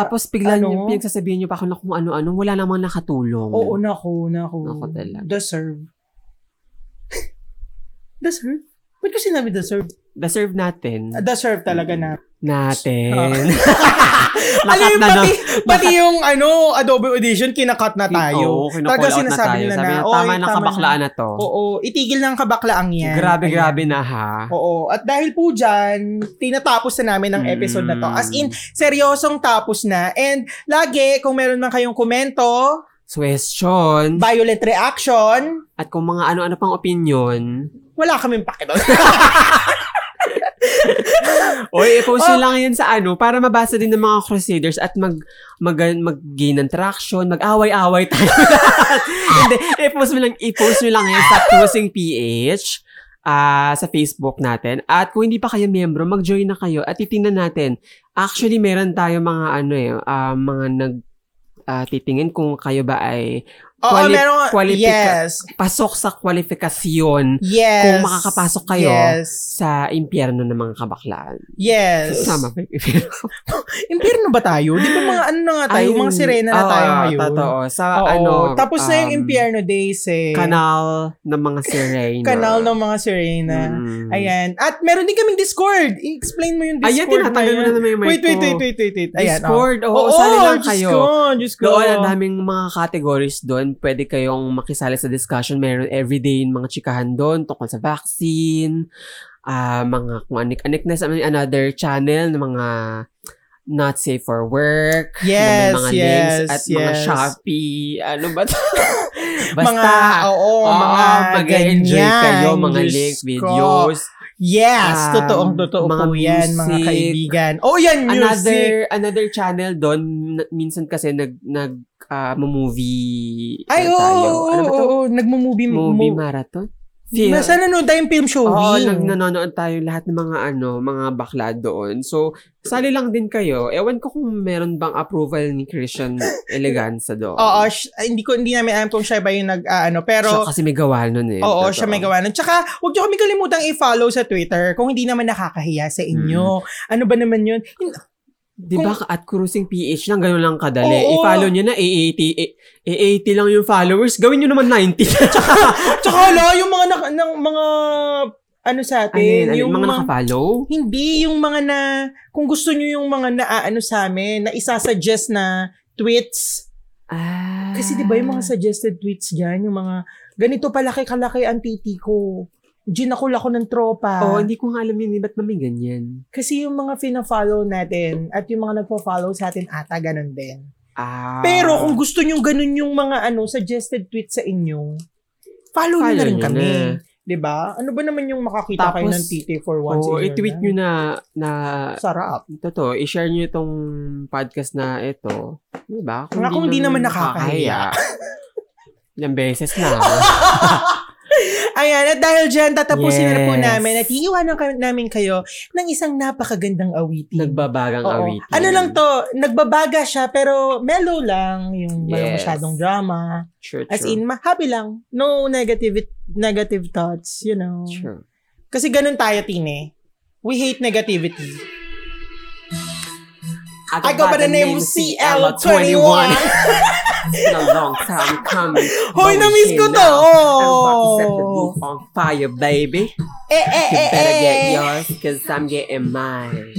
S3: Tapos, bigla
S2: ano?
S3: niyo, pinagsasabihin niyo pa ako na kung ano-ano. Wala namang nakatulong.
S2: Oo, naku, naku.
S3: Naku talaga.
S2: Deserve. *laughs* deserve? Ba't ko sinabi deserve?
S3: Deserve natin.
S2: Ah, Deserve talaga na.
S3: Natin. *laughs*
S2: Ah.
S3: Lahat
S2: Alam yung
S3: na ng-
S2: pati, pati yung ano, Adobe Audition, kinakat na
S3: Oo,
S2: tayo.
S3: kinocall out na tayo. Sabi na,
S2: "Oy,
S3: tama na kabaklaan na to.
S2: Oo, itigil ng kabaklaan yan.
S3: grabe,
S2: Ayan.
S3: grabe na ha.
S2: Oo, at dahil po dyan, tinatapos na namin ang episode na to.
S3: Mm.
S2: As in, seryosong tapos na. And lagi, kung meron man kayong komento,
S3: Question.
S2: violent reaction,
S3: At kung mga ano-ano pang opinion.
S2: wala kaming pake doon.
S3: Oy, i-post nyo lang yan sa ano para mabasa din ng mga crusaders at mag mag mag-gain ng traction, mag-away-away tayo. *laughs* Hindi, i-post mo lang, i-post nyo lang yan sa Cruising PH ah, sa Facebook natin. At kung hindi pa kayo miyembro, mag-join na kayo at titingnan natin. Actually, meron tayo mga ano eh, ah, mga nag ah, titingin kung kayo ba ay
S2: *laughs* Oo,
S3: Quali-
S2: meron.
S3: qualifica-
S2: yes.
S3: pasok sa kwalifikasyon
S2: Yes.
S3: Kung makakapasok kayo.
S2: Yes.
S3: sa impyerno ng mga kabaklaan.
S2: Yes.
S3: Tama ba? Impyerno.
S2: Impyerno ba tayo? Di ba mga ano na nga tayo?
S3: Ayun.
S2: mga sirena na
S3: Oo, ah,
S2: tayo ngayon.
S3: Totoo. Sa
S2: Oo.
S3: ano,
S2: Tapos na yung
S3: um,
S2: Impierno Days eh.
S3: Kanal ng mga sirena.
S2: Kanal ng mga sirena.
S3: Mm.
S2: Ayan. At meron din kaming Discord. I-explain mo yung Discord.
S3: Ayan, tinatagal mo
S2: na
S3: na
S2: yan.
S3: naman yung mic
S2: Wait, wait,
S3: ko.
S2: wait, wait, wait, wait. Ayan, oh.
S3: Discord, oo,
S2: Oo,
S3: sali lang
S2: Diyos
S3: kayo.
S2: Ko, Diyos ko.
S3: Doon, ang daming mga categories doon. Pwede kayong makisali sa discussion. Meron everyday yung mga chikahan doon tungkol sa vaccine, ah mga kung anik-anik na sa another channel ng mga not safe for work.
S2: Yes,
S3: na may mga
S2: yes,
S3: links at
S2: yes.
S3: mga Shopee. Ano ba? to? *laughs*
S2: mga,
S3: Basta,
S2: oo,
S3: Oo,
S2: mga
S3: pag-enjoy
S2: ganyan.
S3: kayo, mga
S2: Diyos
S3: link
S2: ko.
S3: videos.
S2: Yes,
S3: Um,
S2: totoong totoo
S3: mga
S2: po yan, mga
S3: music.
S2: kaibigan. Oh, yan, music.
S3: Another another channel doon, na- minsan kasi nag nag ah, movie
S2: Ay,
S3: ano
S2: oo,
S3: tayo?
S2: oo,
S3: ano ba
S2: oo,
S3: to?
S2: oo, nagmo-movie.
S3: Movie
S2: mo-
S3: marathon? Film.
S2: Nasa nanonood tayong film showing.
S3: Oo, nag- nanonood tayo lahat ng mga ano, mga bakla doon. So, sali lang din kayo. Ewan ko kung meron bang approval ni Christian Eleganza doon.
S2: Oo, sh- ah, hindi ko hindi namin alam kung siya ba yung nag ah, ano,
S3: Siya
S2: pero
S3: kasi may gawa nun eh.
S2: Oo,
S3: Totoo.
S2: siya may gawa nun. Tsaka, huwag niyo kami kalimutang i-follow sa Twitter kung hindi naman nakakahiya
S3: Hmm.
S2: sa inyo. Ano ba naman yun? Hin-
S3: Di ba at Cruising PH lang, ganun lang kadali.
S2: Oo.
S3: I-follow nyo na, i-80, i- i-80 lang yung followers. Gawin nyo naman 90. Tsaka,
S2: Tsaka, ala, yung mga, nak- ng, mga, ano sa atin,
S3: ano yun, ano yun,
S2: yung
S3: mga
S2: mga,
S3: nakafollow?
S2: hindi, yung mga na, kung gusto niyo yung mga na, ano sa amin, na isasuggest na tweets.
S3: Ah.
S2: Kasi di ba yung mga suggested tweets dyan, yung mga, ganito palaki kalaki ang titi ko. Ginakul ako ng tropa.
S3: Oo, hindi ko nga alam yun. eh. Ba't ba may ganyan?
S2: Kasi yung mga fina-follow natin at yung mga nagpo-follow sa atin ata ganun din.
S3: Ah.
S2: Pero kung gusto nyo ganun yung mga ano suggested tweet sa inyo, follow, nyo
S3: Follow
S2: na rin
S3: nyo
S2: kami.
S3: na.
S2: 'Di ba? Ano ba naman yung makakita kayo
S3: Tapos,
S2: ng titi for once
S3: Oo,
S2: in your
S3: i-tweet nyo
S2: life?
S3: na, na,
S2: Sarap.
S3: totoo, i-share nyo itong podcast na ito. Di ba?
S2: Nga, kung di naman nakakahiya. *laughs*
S3: nakakahiya. Ilang beses na.
S2: Ayan, at dahil dyan, tatapusin na na po
S3: Yes.
S2: namin at iiwanan ka- namin kayo ng isang napakagandang awitin.
S3: Nagbabagang
S2: Oo.
S3: awitin.
S2: Ano lang to, nagbabaga siya pero mellow lang, yung walang
S3: Yes.
S2: masyadong drama.
S3: Sure,
S2: As
S3: sure.
S2: in, ma- happy lang. No negative negative thoughts, you know.
S3: Sure.
S2: Kasi ganun tayo, Tine. We hate negativity. I go by the name of *laughs* CL21.
S3: It's been a long time coming.
S2: Hoy,
S3: But
S2: na-miss
S3: we
S2: ko to!
S3: here now. I'm about to set the roof on fire, baby.
S2: Eh, eh,
S3: You
S2: eh,
S3: better
S2: eh.
S3: get yours because I'm getting mine.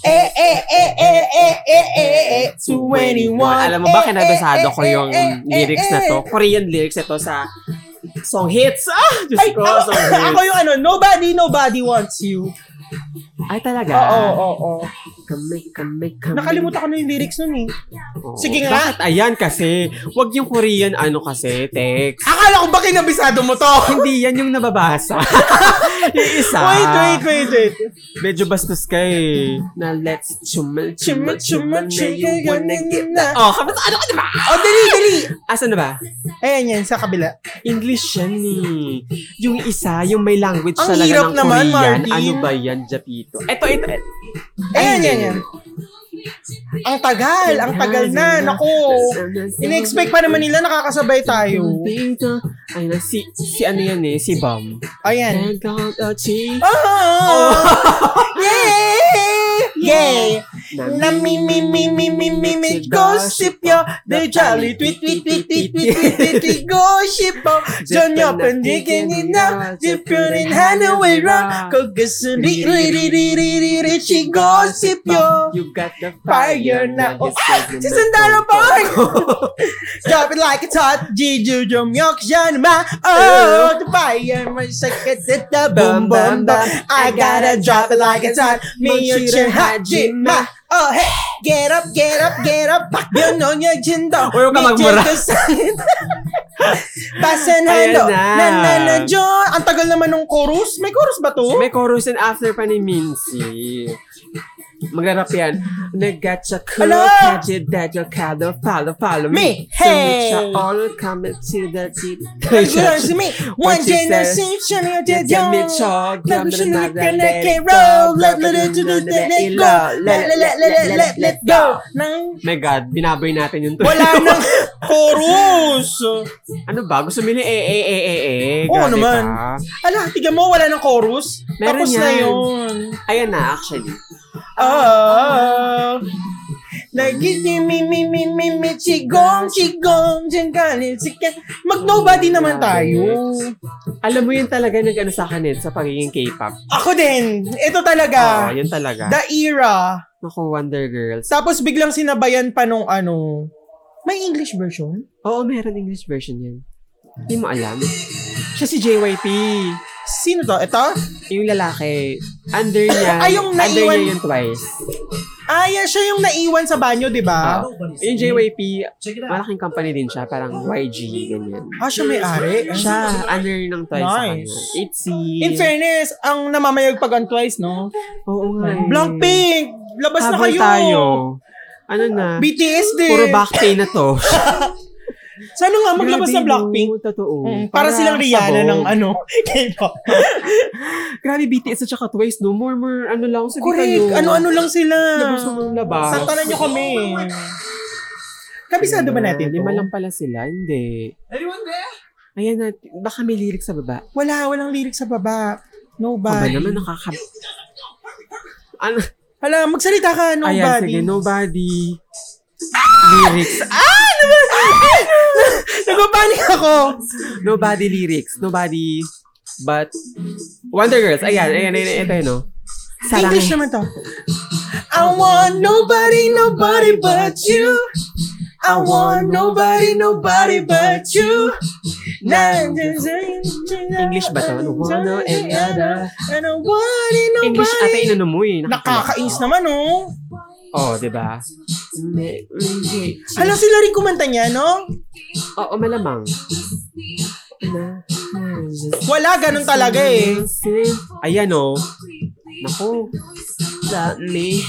S2: Eh, eh, eh, eh, eh, eh, eh, eh, 21.
S3: Alam mo ba,
S2: Eh,
S3: kinabasado
S2: eh,
S3: ko
S2: eh,
S3: yung
S2: eh, eh,
S3: lyrics na to.
S2: eh.
S3: Korean lyrics ito sa song hits. Ah! Diyos
S2: Ay,
S3: ko,
S2: ako, *laughs*
S3: song hits.
S2: ako yung ano, nobody, nobody wants you.
S3: Ay, talaga?
S2: Oo, oo, oo.
S3: Kami, kami, kami.
S2: Nakalimutan ko na yung lyrics nun eh.
S3: Oo.
S2: Sige nga.
S3: Bakit ayan kasi? Wag yung Korean ano kasi, text.
S2: Akala ko ba kinabisado mo to?
S3: Hindi yan yung nababasa. yung isa.
S2: *laughs* Wait, wait, wait, wait.
S3: Medyo bastos ka eh. Na let's chumal, chumal, chumal, na you wanna get that. Oh, kapag ano ka diba?
S2: Oh, dali, dali.
S3: Asa na ba?
S2: Ayan yan, sa kabila.
S3: English yan eh. Yung isa, yung may language
S2: Ang
S3: talaga
S2: hirap
S3: ng
S2: naman,
S3: Korean.
S2: Marvin.
S3: Ano ba yan, Japito? Eto, ito. eto.
S2: Ayan, yan, yan. Ang tagal, ang tagal na. Naku. Ina-expect pa naman nila nakakasabay tayo.
S3: Ay, na, si, si ano yan eh, si Bam.
S2: Ayan.
S3: God, oh, chi.
S2: Oh! Yay! Yay! Namimimimimimimimim gossip yo The jolly tweet tweet tweet tweet tweet tweet tweet tweet gossip yo John yo pandigin ina Different in Hanaway rock Kogasuri ri ri ri ri ri ri She gossip yo
S3: You got the
S2: Fire
S3: fire
S2: na-
S3: na.
S2: Oh, *laughs* Si Sandaro Park! Drop it like it's hot, Jiju Jum Yok Yan Ma. Oh, the fire, my second, the boom boom boom. I gotta drop it like it's hot, me and your hot Jin Ma. Oh, hey, get up, get up, get up, pak yun on your jin daw. *laughs*
S3: Huwag ka magmura.
S2: Pasenado. Na.
S3: Ayan na.
S2: Nananadyo. Ang tagal naman ng chorus. May chorus ba to?
S3: *laughs* May chorus and after pa ni Mincy. Magrarap yan. Nagacha ko,
S2: Hello?
S3: kaje, dadyo, kado, follow, follow me.
S2: Me, hey!
S3: Sumitsa, all coming to the
S2: *laughs*
S3: seat.
S2: Regular si me. One
S3: What she says.
S2: generation of the young. Let
S3: Let's
S2: go.
S3: go!
S2: Nang
S3: My God, binaboy natin yung
S2: wala nang chorus.
S3: *laughs* Ano ba? Gusto mo ni eh, eh, eh, eh, eh.
S2: Oo
S3: Grabe
S2: naman.
S3: ka.
S2: Ala, tiga mo, wala nang chorus.
S3: Meron
S2: Tapos
S3: yan.
S2: na yun.
S3: Ayan na, actually.
S2: Oh. Nagiging mi mi mi mi mi chigong chigong jangkanin sika. Mag nobody naman tayo.
S3: Alam mo yun talaga nag ano sa akin eh, sa pagiging K-pop.
S2: Ako din. Ito
S3: Oo,
S2: talaga.
S3: yun talaga.
S2: The era.
S3: Naku, Wonder Girls.
S2: Tapos biglang sinabayan pa nung ano. May English version?
S3: Oo, meron English version yan. Hindi mo alam. Siya si JYP.
S2: Sino to? Ito?
S3: Yung lalaki.
S2: *laughs*
S3: Under niya.
S2: Ay, yung
S3: under
S2: naiwan-
S3: niya yung twice.
S2: Ah, yan siya yung naiwan sa banyo, di ba?
S3: Oo. yung JYP, malaking company din siya. Parang YG, ganyan.
S2: Ah, siya may-ari?
S3: Siya, under ng twice sa kanya.
S2: Nice.
S3: It's
S2: In fairness, ang namamayag pag ang twice, no?
S3: Oo nga. eh.
S2: Blackpink! Labas na
S3: Habol
S2: kayo!
S3: tayo. Ano na?
S2: BTS din!
S3: Puro back pain na to.
S2: Sana nga *laughs* maglabas
S3: Grabe,
S2: ng Blackpink.
S3: no, Totoo.
S2: Mm, para, silang Rihanna
S3: sabog.
S2: ng ano, *laughs* K-pop.
S3: Grabe, BTS at saka Twice, no? More, more, ano lang, sa
S2: Correct. ano Ano-ano lang sila.
S3: Labas mo ng labas.
S2: Saktanan nyo kami. Kabisado ba natin to?
S3: Lima lang pala sila, hindi.
S1: Anyone there?
S3: Ayan na, baka may lyrics sa baba.
S2: Wala, walang lyrics sa baba.
S3: Baba
S2: Nobody.
S3: naman, nakaka... Ano?
S2: Hala, magsalita ka, nobody.
S3: Ayan, sige, nobody. Lyrics.
S2: Nagpapanik ako.
S3: Nobody lyrics. Nobody... But... Wonder Girls. Ayan, ayan, ayan, ito yun, no? Sarang-
S2: English naman to. I want nobody, nobody but you. I want nobody, nobody but you. English
S3: English ba to? Ano? One and another.
S2: And I want it, nobody.
S3: English ata inano mo eh.
S2: Nakakainis naman, oh.
S3: Oo, oh, diba? Me- me-
S2: Hala, sila rin kumanta niya, no?
S3: Oo, malamang.
S2: Wala, ganun talaga eh.
S3: Ayan o. Naku. Love me.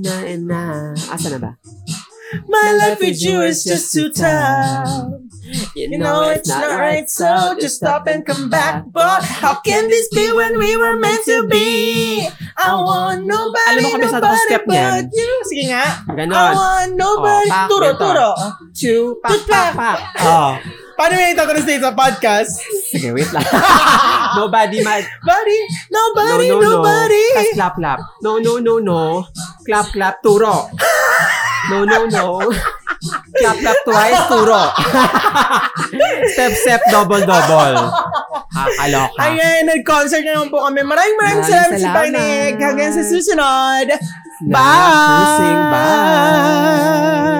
S3: Na, na. Asa na ba?
S2: My life with you is just too tough. You know it's not right, so just stop and come back. But how can this be when we were meant to be? I want nobody,
S3: Oh. Alam mo kung saan ako
S2: nobody
S3: step niyan?
S2: but you. Sige nga. I
S3: Ganon.
S2: want nobody.
S3: Oh, back,
S2: turo,
S3: ganito.
S2: turo.
S3: Two, pak, pak, pak.
S2: Oh. Paano yung itatranstate sa podcast?
S3: Sige, wait
S2: *laughs*
S3: lang. Nobody mad.
S2: Buddy, nobody,
S3: no, no,
S2: nobody.
S3: No. Tapos clap, clap. No, no, no, no. Clap, clap, turo. No, no, no. clap, clap twice, turo. *laughs* step, step, double, double. Akaloka.
S2: Ayan, nag-concert na naman po kami. Maraming maraming
S3: Maraming
S2: salamat, sa
S3: salamat.
S2: pakinig. Hanggang sa susunod.
S3: Bye! Bye!